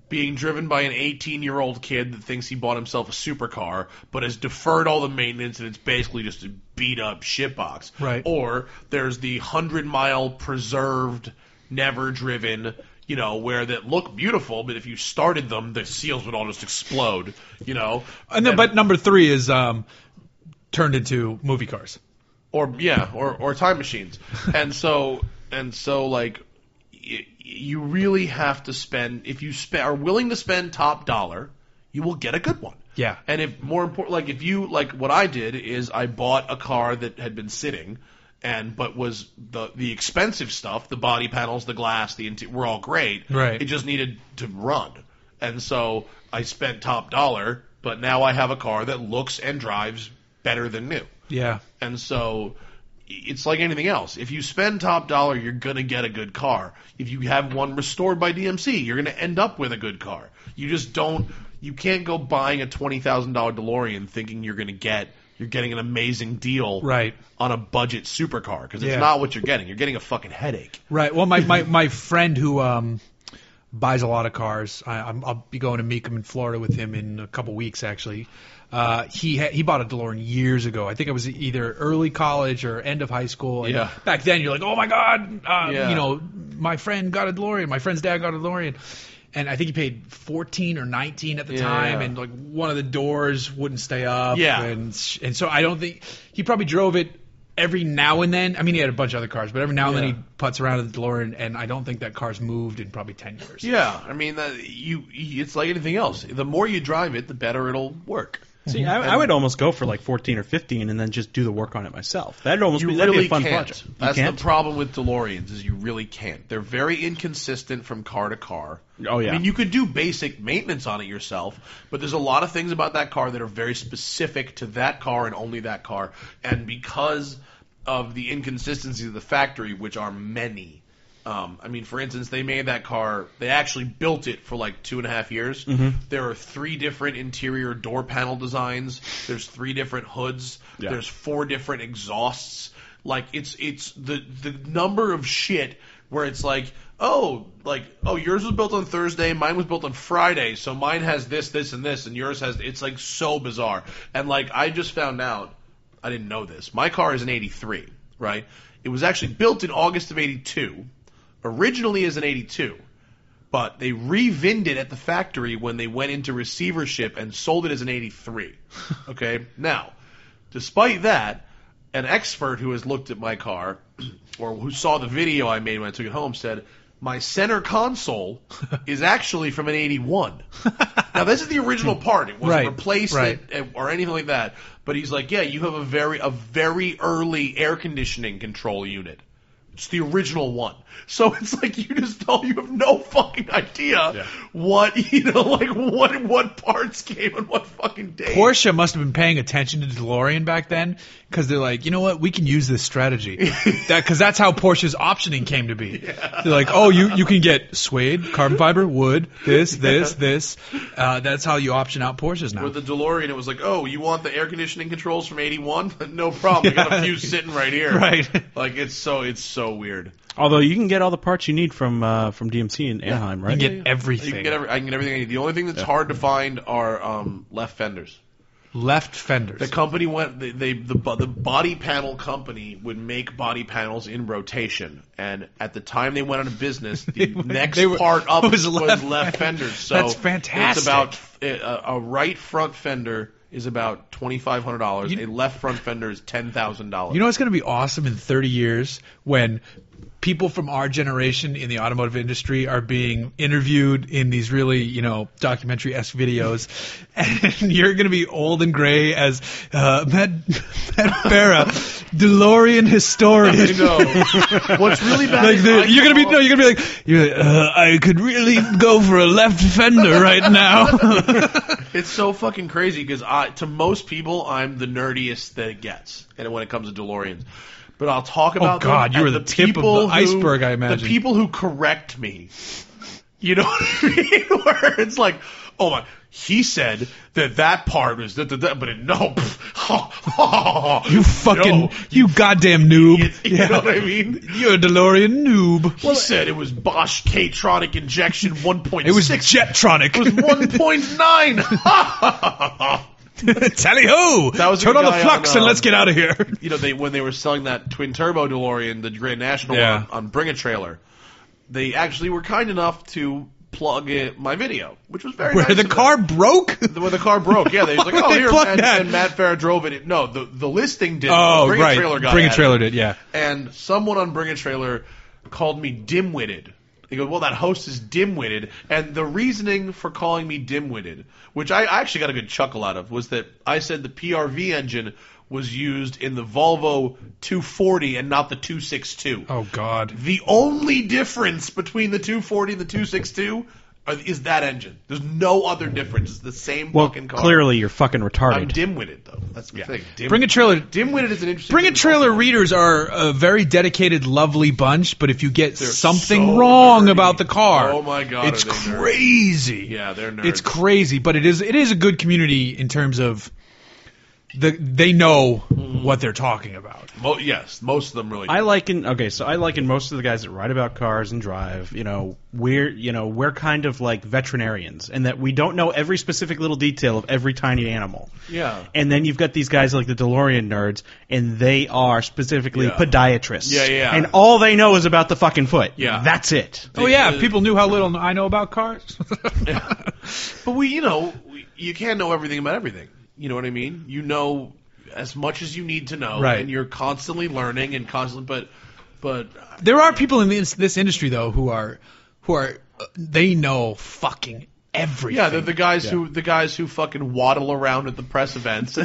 being driven by an 18 year old kid that thinks he bought himself a supercar, but has deferred all the maintenance and it's basically just a beat up shitbox.
Right.
Or there's the 100 mile preserved, never driven, you know, where that look beautiful, but if you started them, the seals would all just explode, you know?
And then, but number three is um, turned into movie cars.
or yeah, or or time machines. And so and so like y- you really have to spend if you spe- are willing to spend top dollar, you will get a good one.
Yeah.
And if more important like if you like what I did is I bought a car that had been sitting and but was the the expensive stuff, the body panels, the glass, the inter- were all great.
Right.
It just needed to run. And so I spent top dollar, but now I have a car that looks and drives better than new.
Yeah.
And so it's like anything else. If you spend top dollar, you're going to get a good car. If you have one restored by DMC, you're going to end up with a good car. You just don't you can't go buying a $20,000 DeLorean thinking you're going to get you're getting an amazing deal
Right.
on a budget supercar because it's
Yeah.
not what you're getting. You're getting a fucking headache.
Right. Well, my, my, my friend who um, buys a lot of cars, I, I'm, I'll be going to Meekum in Florida with him in a couple weeks, actually. Uh, he ha- he bought a DeLorean years ago. I think it was either early college or end of high school. And
Yeah.
Back then, you're like, oh my god, uh,
Yeah.
you know, my friend got a DeLorean. My friend's dad got a DeLorean. And I think he paid 14 or 19 at the
Yeah,
time,
yeah.
and like one of the doors wouldn't stay up.
Yeah.
And, sh- and so I don't think he probably drove it every now and then. I mean, he had a bunch of other cars, but every now and then
Yeah.
he putts around in the DeLorean, and I don't think that car's moved in probably 10 years.
Yeah, I mean that you it's like anything else. The more you drive it, the better it'll work.
See, I, I would almost go for like 14 or 15 and then just do the work on it myself. That'd almost
You
be, that'd
really
be a fun
can't.
project. You
That's
can't?
the problem with DeLoreans is you really can't. They're very inconsistent from car to car.
Oh, yeah.
I mean, you could do basic maintenance on it yourself, but there's a lot of things about that car that are very specific to that car and only that car. And because of the inconsistencies of the factory, which are many. Um, I mean, for instance, they made that car. They actually built it for like two and a half years.
Mm-hmm.
There are three different interior door panel designs. There's three different hoods.
Yeah.
There's four different exhausts. Like it's it's the the number of shit where it's like oh like oh yours was built on Thursday, mine was built on Friday, so mine has this this and this, and yours has it's like so bizarre. And like I just found out, I didn't know this. My car is an '83, right? It was actually built in August of '82, originally as an '82 but they revinned it at the factory when they went into receivership and sold it as an 83. Okay? now, despite that, an expert who has looked at my car or who saw the video I made when I took it home said, my center console is actually from an 81. now, this is the original part. It wasn't
Right,
replaced
right.
it, or anything like that. But he's like, yeah, you have a very, a very early air conditioning control unit. It's the original one. So it's like you just know you have no fucking idea what you know, like what what parts came on what fucking day.
Porsche must have been paying attention to DeLorean back then because they're like, you know what, we can use this strategy. that because that's how Porsche's optioning came to be. They're like, oh, you you can get suede, carbon fiber, wood, this, this, this. Uh, that's how you option out Porsches now.
With the DeLorean, it was like, oh, you want the air conditioning controls from '81? no problem. I got a few sitting right here.
Right.
Like it's so it's so weird.
Although you can get all the parts you need from uh, from DMC in Anaheim, right?
you can get everything.
You can get every, I can get everything I need. The only thing that's hard to find are um, left fenders.
Left fenders.
The company went. They, they the bo- the body panel company would make body panels in rotation, and at the time they went out of business, the next
they were-
part up
was
was
left-
left, fenders. So
That's fantastic.
It's about uh, a, a right front fender is about twenty five hundred dollars.
You-
A left front fender is ten thousand dollars.
You know what's going to be awesome in 30 years when people from our generation in the automotive industry are being interviewed in these really, you know, documentary esque videos, and you're going to be old and gray as uh, Matt Matt Farah, DeLorean historian.
what's really bad?
Like
is
the,
I
you're gonna be
call-
no, you're gonna be like, you're like uh, I could really go for a left fender right now.
It's so fucking crazy because I, to most people, I'm the nerdiest that it gets, and when it comes to DeLoreans. But I'll talk about them
Oh, God, you
and
were the tip of the
people
iceberg, I imagine.
the people who correct me. You know what I mean? Where it's like, oh my, he said that that part was that, that, that but it, no,
you fucking,
No.
you goddamn noob.
you know what I mean.
You're a DeLorean noob.
He said it was Bosch K-tronic injection 1.6.
It was Jetronic.
It was 1.9.
Tally ho!
That was
Turn
the
on the
guy
flux
on,
and let's
um,
get out of here.
you know, they when they were selling that twin turbo DeLorean, the Grand National
Yeah.
one, on Bring a Trailer, they actually were kind enough to plug in my video, which was very
Where
nice
the
of them.
car broke?
Where the car broke, yeah. They was like,
Why
oh,
they
here,
plug
Matt,
that?
and Matt Farah drove it. No, the the listing did.
Oh,
Bring
right.
A trailer got
Bring a
at it.
trailer did, yeah.
And someone on Bring a Trailer called me dim-witted. They go, well, that host is dim-witted, and the reasoning for calling me dim-witted, which I I actually got a good chuckle out of, was that I said the PRV engine was used in the Volvo 240 and not the 262.
Oh, God.
The only difference between the 240 and the 262 are- is that engine. There's no other difference. It's the same
Well,
fucking car.
clearly you're fucking
I'm
retarded.
dim-witted though. That's the thing. Dim-
Bring a trailer.
dim-witted is an interesting.
Bring a
thing to
trailer
talk about.
readers are a very dedicated, lovely bunch, but if you get something
so
wrong
nerdy.
about the car,
Oh my God,
it's
are they nerdy.
crazy.
Yeah, they're nerds.
It's crazy, but it is it is a good community in terms of the they know
Mm-hmm.
what they're talking about.
Mo- yes, most of them really.
I
do.
liken okay, so I liken most of the guys that write about cars and drive. You know, we're you know we're kind of like veterinarians, and that we don't know every specific little detail of every tiny animal.
Yeah.
And then you've got these guys like the DeLorean nerds, and they are specifically
Yeah.
podiatrists.
Yeah, yeah.
And all they know is about the fucking foot.
Yeah.
That's it.
Oh yeah,
uh,
if people knew how little I know about cars.
But we, you know, we, you can't know everything about everything. You know what I mean? You know as much as you need to know,
Right.
and you're constantly learning and constantly. But, but
There are people in this, this industry though who are who are uh, they know fucking
everything.
Yeah, the, the guys who the guys who fucking waddle around at the press events,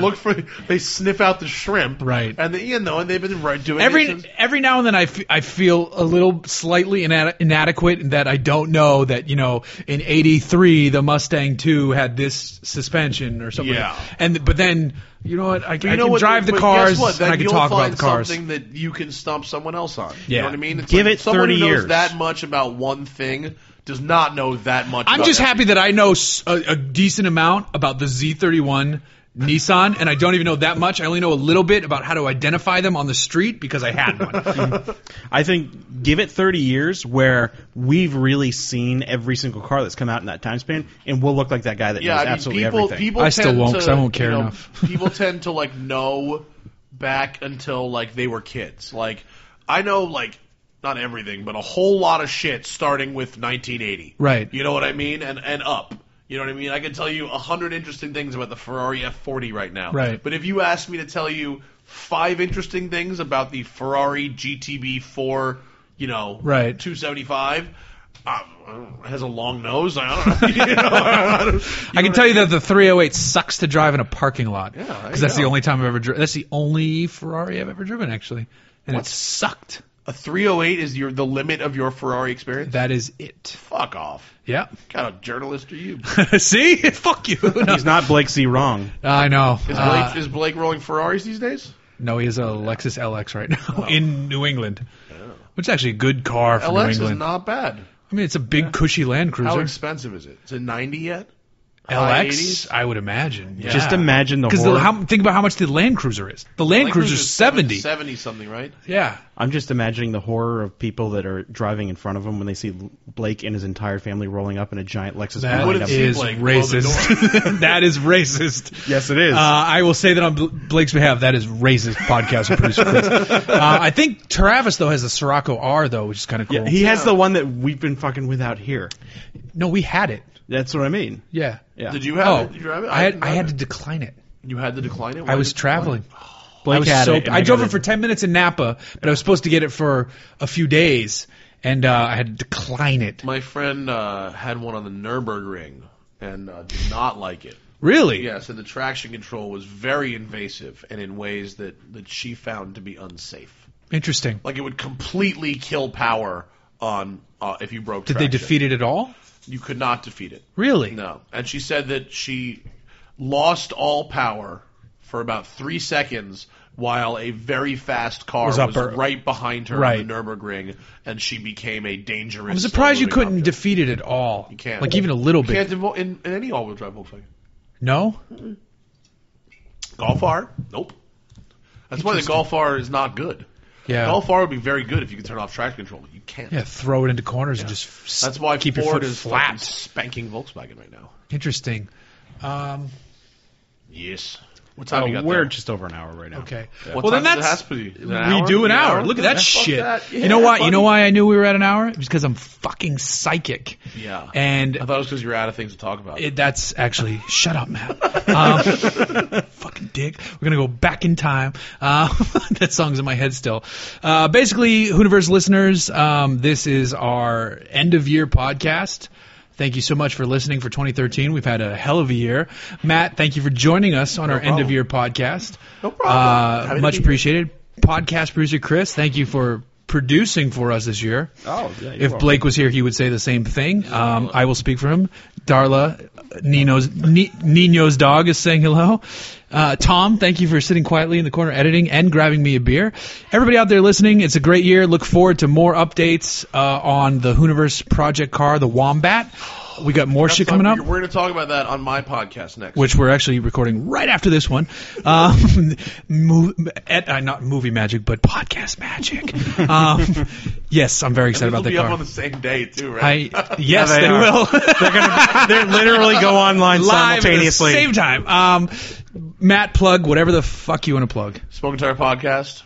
look for they sniff out the shrimp,
Right.
And they, you know, and they've been right doing it
Every
since-
every now and then I, f- I feel a little slightly ina- inadequate in that I don't know that you know in '83 the Mustang II had this suspension or something.
Yeah.
And but then you know what I, I
You know
can
what,
drive the
but
cars
Guess what? Then
and I can
you'll
talk about
find
the cars.
Something that you can stump someone else on. You
Yeah.
know what I mean? It's
Give it
someone
30
who knows
years.
that much about one thing does not know that much.
I'm
about
just
that.
happy that I know s- a, a decent amount about the Z31 Nissan, and I don't even know that much. I only know a little bit about how to identify them on the street because I had one.
I think give it 30 years where we've really seen every single car that's come out in that time span, and we'll look like that guy that
Yeah,
knows
I mean,
absolutely
people,
everything.
people.
I still
tend
won't,
to,
'cause I won't care
you know,
enough.
people tend to like know back until like they were kids. Like I know like not everything, but a whole lot of shit starting with 1980.
Right.
You know what I mean? And and up. You know what I mean? I can tell you a hundred interesting things about the Ferrari F40 right now.
Right.
But if you ask me to tell you five interesting things about the Ferrari GTB4, you know,
Right.
275. Uh, has a long nose. I don't know. You know, I don't-
I can tell you that the 308 sucks to drive in a parking lot
Yeah, there
because that's the
you go.
only time I've ever driven. That's the only Ferrari I've ever driven actually, and it sucked.
A 308 is your the limit of your Ferrari experience?
That is it.
Fuck off.
Yeah.
What kind of journalist are you?
See, fuck you. No.
He's not Blake Z. Wrong.
I know.
Is Blake,
Uh,
is Blake rolling Ferraris these days?
no, he is a Lexus LX right now in New England, which is actually a good car for New
LX Oh. is
England.
not bad.
I mean, it's a big, cushy Land Cruiser.
How expensive is it? Is it 90 yet? High
LX,
80s?
I would imagine. Yeah.
Just imagine the
Because
horror.
how, think about how much the Land Cruiser is. The Land,
Land
Cruiser's
Cruiser's
70.
70 something, right?
Yeah.
I'm just imagining the horror of people that are driving in front of him when they see L- Blake and his entire family rolling up in a giant Lexus.
That
would've
lineup.
seen
is
Blake blow the
racist. that is racist.
Yes, it is.
Uh, I will say that on Bl- Blake's behalf, that is racist podcast producer Chris. Uh, I think Travis, though, has a Sirocco R, though, which is kind of cool.
Yeah, he has the one that we've been fucking without here.
no, we had it.
That's what I mean.
Yeah.
Yeah.
Did you have
Oh,
it? Did you have it?
I had,
didn't
I
have
had to
it.
decline it.
You had to decline it? Why
I was
did you decline
traveling.
Blake
I was
had
so,
it. and
I drove
got
it for 10 minutes in Napa, but I was supposed to get it for a few days, and uh, I had to decline it.
My friend uh, had one on the Nürburgring and uh, did not like it.
Really?
Yes, and the traction control was very invasive and in ways that, that she found to be unsafe.
Interesting.
Like it would completely kill power on uh, if you broke.
Did they
traction.
defeat it at all?
You could not defeat it.
Really?
No. And she said that she lost all power for about three seconds while a very fast car was,
Was up her-
right behind her
Right.
on the Nürburgring, and she became a dangerous.
I'm surprised you couldn't defeat it at all. You
can't.
Like even a little bit.
Can't devo- in, in any all-wheel drive Volkswagen.
No?
Golf R? Nope. That's why the Golf R is not good.
Yeah.
Golf R would be very good if you could turn off traction control, but you can't.
Yeah, throw it into corners and just s-
That's why
keep
Ford
your foot
is fucking
flat.
spanking Volkswagen right now.
Interesting. Um,
Yes. What
it.
time
Oh,
you got
we're
there?
just over an hour right now.
okay.
What
well,
time
then
does it
that's
have to be? Is it an
we
hour?
do an
Yeah.
hour. Look at that
Fuck
shit.
that.
you know
Yeah,
why? You know
buddy.
why I knew we were at an hour? It was because I'm fucking psychic.
Yeah.
And
I thought it was because you were out of things to talk about.
It, that's actually shut up, Matt. Um, fucking dick. We're gonna go back in time. Uh, that song's in my head still. Uh, basically, Hooniverse listeners, um, this is our end of year podcast. Thank you so much for listening for 2013. We've had a hell of a year. Matt, thank you for joining us on our end of year podcast.
No problem. Happy
Uh,
to
much
be here.
appreciated. Podcast producer Chris, thank you for producing for us this year.
Oh, yeah.
If Blake was here, he would say the same thing. Um, I will speak for him. Darla, uh, Nino's Ni- Nino's dog is saying hello. Uh, Tom, thank you for sitting quietly in the corner editing and grabbing me a beer. Everybody out there listening, it's a great year. Look forward to more updates uh, on the Hooniverse project car, the Wombat. We got more shit
So
coming up
We're, going to talk about that on my podcast next.
which we're actually recording right after this one. Um, mo- at, uh, not movie magic, but podcast magic. Um, yes, I'm very excited
It'll
about that
be
car.
up on the same day too, right?
I yes,
Yeah,
they,
they are.
will
they literally go online
live at the
simultaneously.
same time. Um, Matt, plug whatever the fuck you want to plug.
Smoking Tire podcast.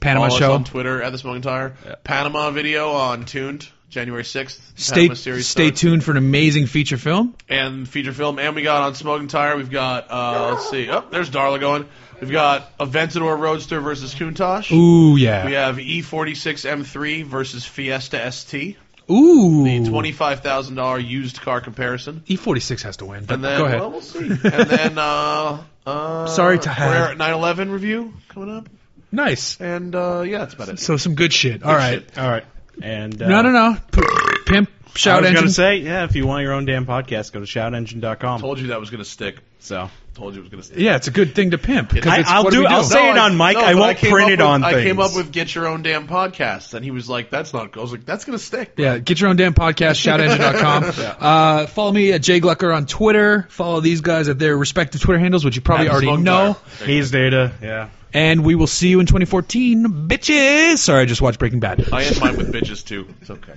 Panama
Follow us
Show.
on Twitter at the Smoking Tire. Panama video on Tuned January sixth.
Stay
Panama series
stay
starts.
tuned for an amazing feature film.
and feature film. And we got on Smoking Tire. We've got uh, let's see. Oh, there's Darla going. We've got Aventador Roadster versus Countach. E
Ooh yeah.
We have E46 M3 versus Fiesta ST.
Ooh.
the twenty-five thousand dollar used car comparison.
E46 has to win. But
And then,
go ahead.
well, we'll see. And then, uh, uh,
Sorry to
we're
have-
at 9/11 review coming up,
nice.
and uh, yeah, that's about it.
So some good shit. All right.
All right. And uh,
No, no, no. P- pimp
I
shout
was
engine.
gonna say, yeah, if you want your own damn podcast, go to shoutengine.com.
Told you that was gonna stick.
So
Told you it was gonna stick.
yeah, it's a good thing to pimp. 'cause
I-
it's,
I'll
what
do-
we
I'll say- it on mic, I
but
won't
came
print
up
it
with-
on
I came
things.
up with "Get Your Own Damn Podcast," and he was like, "That's not." I was like, "That's gonna stick."
Yeah, get your own damn podcast, shoutengine.com. uh, follow me at Jay Glucker on Twitter. Follow these guys at their respective Twitter handles, which you probably
Adam
already
Slugmeyer.
know.
he's data. Yeah.
And we will see you in 2014, bitches. Sorry, I just watched Breaking Bad.
I end mine with bitches too. It's okay.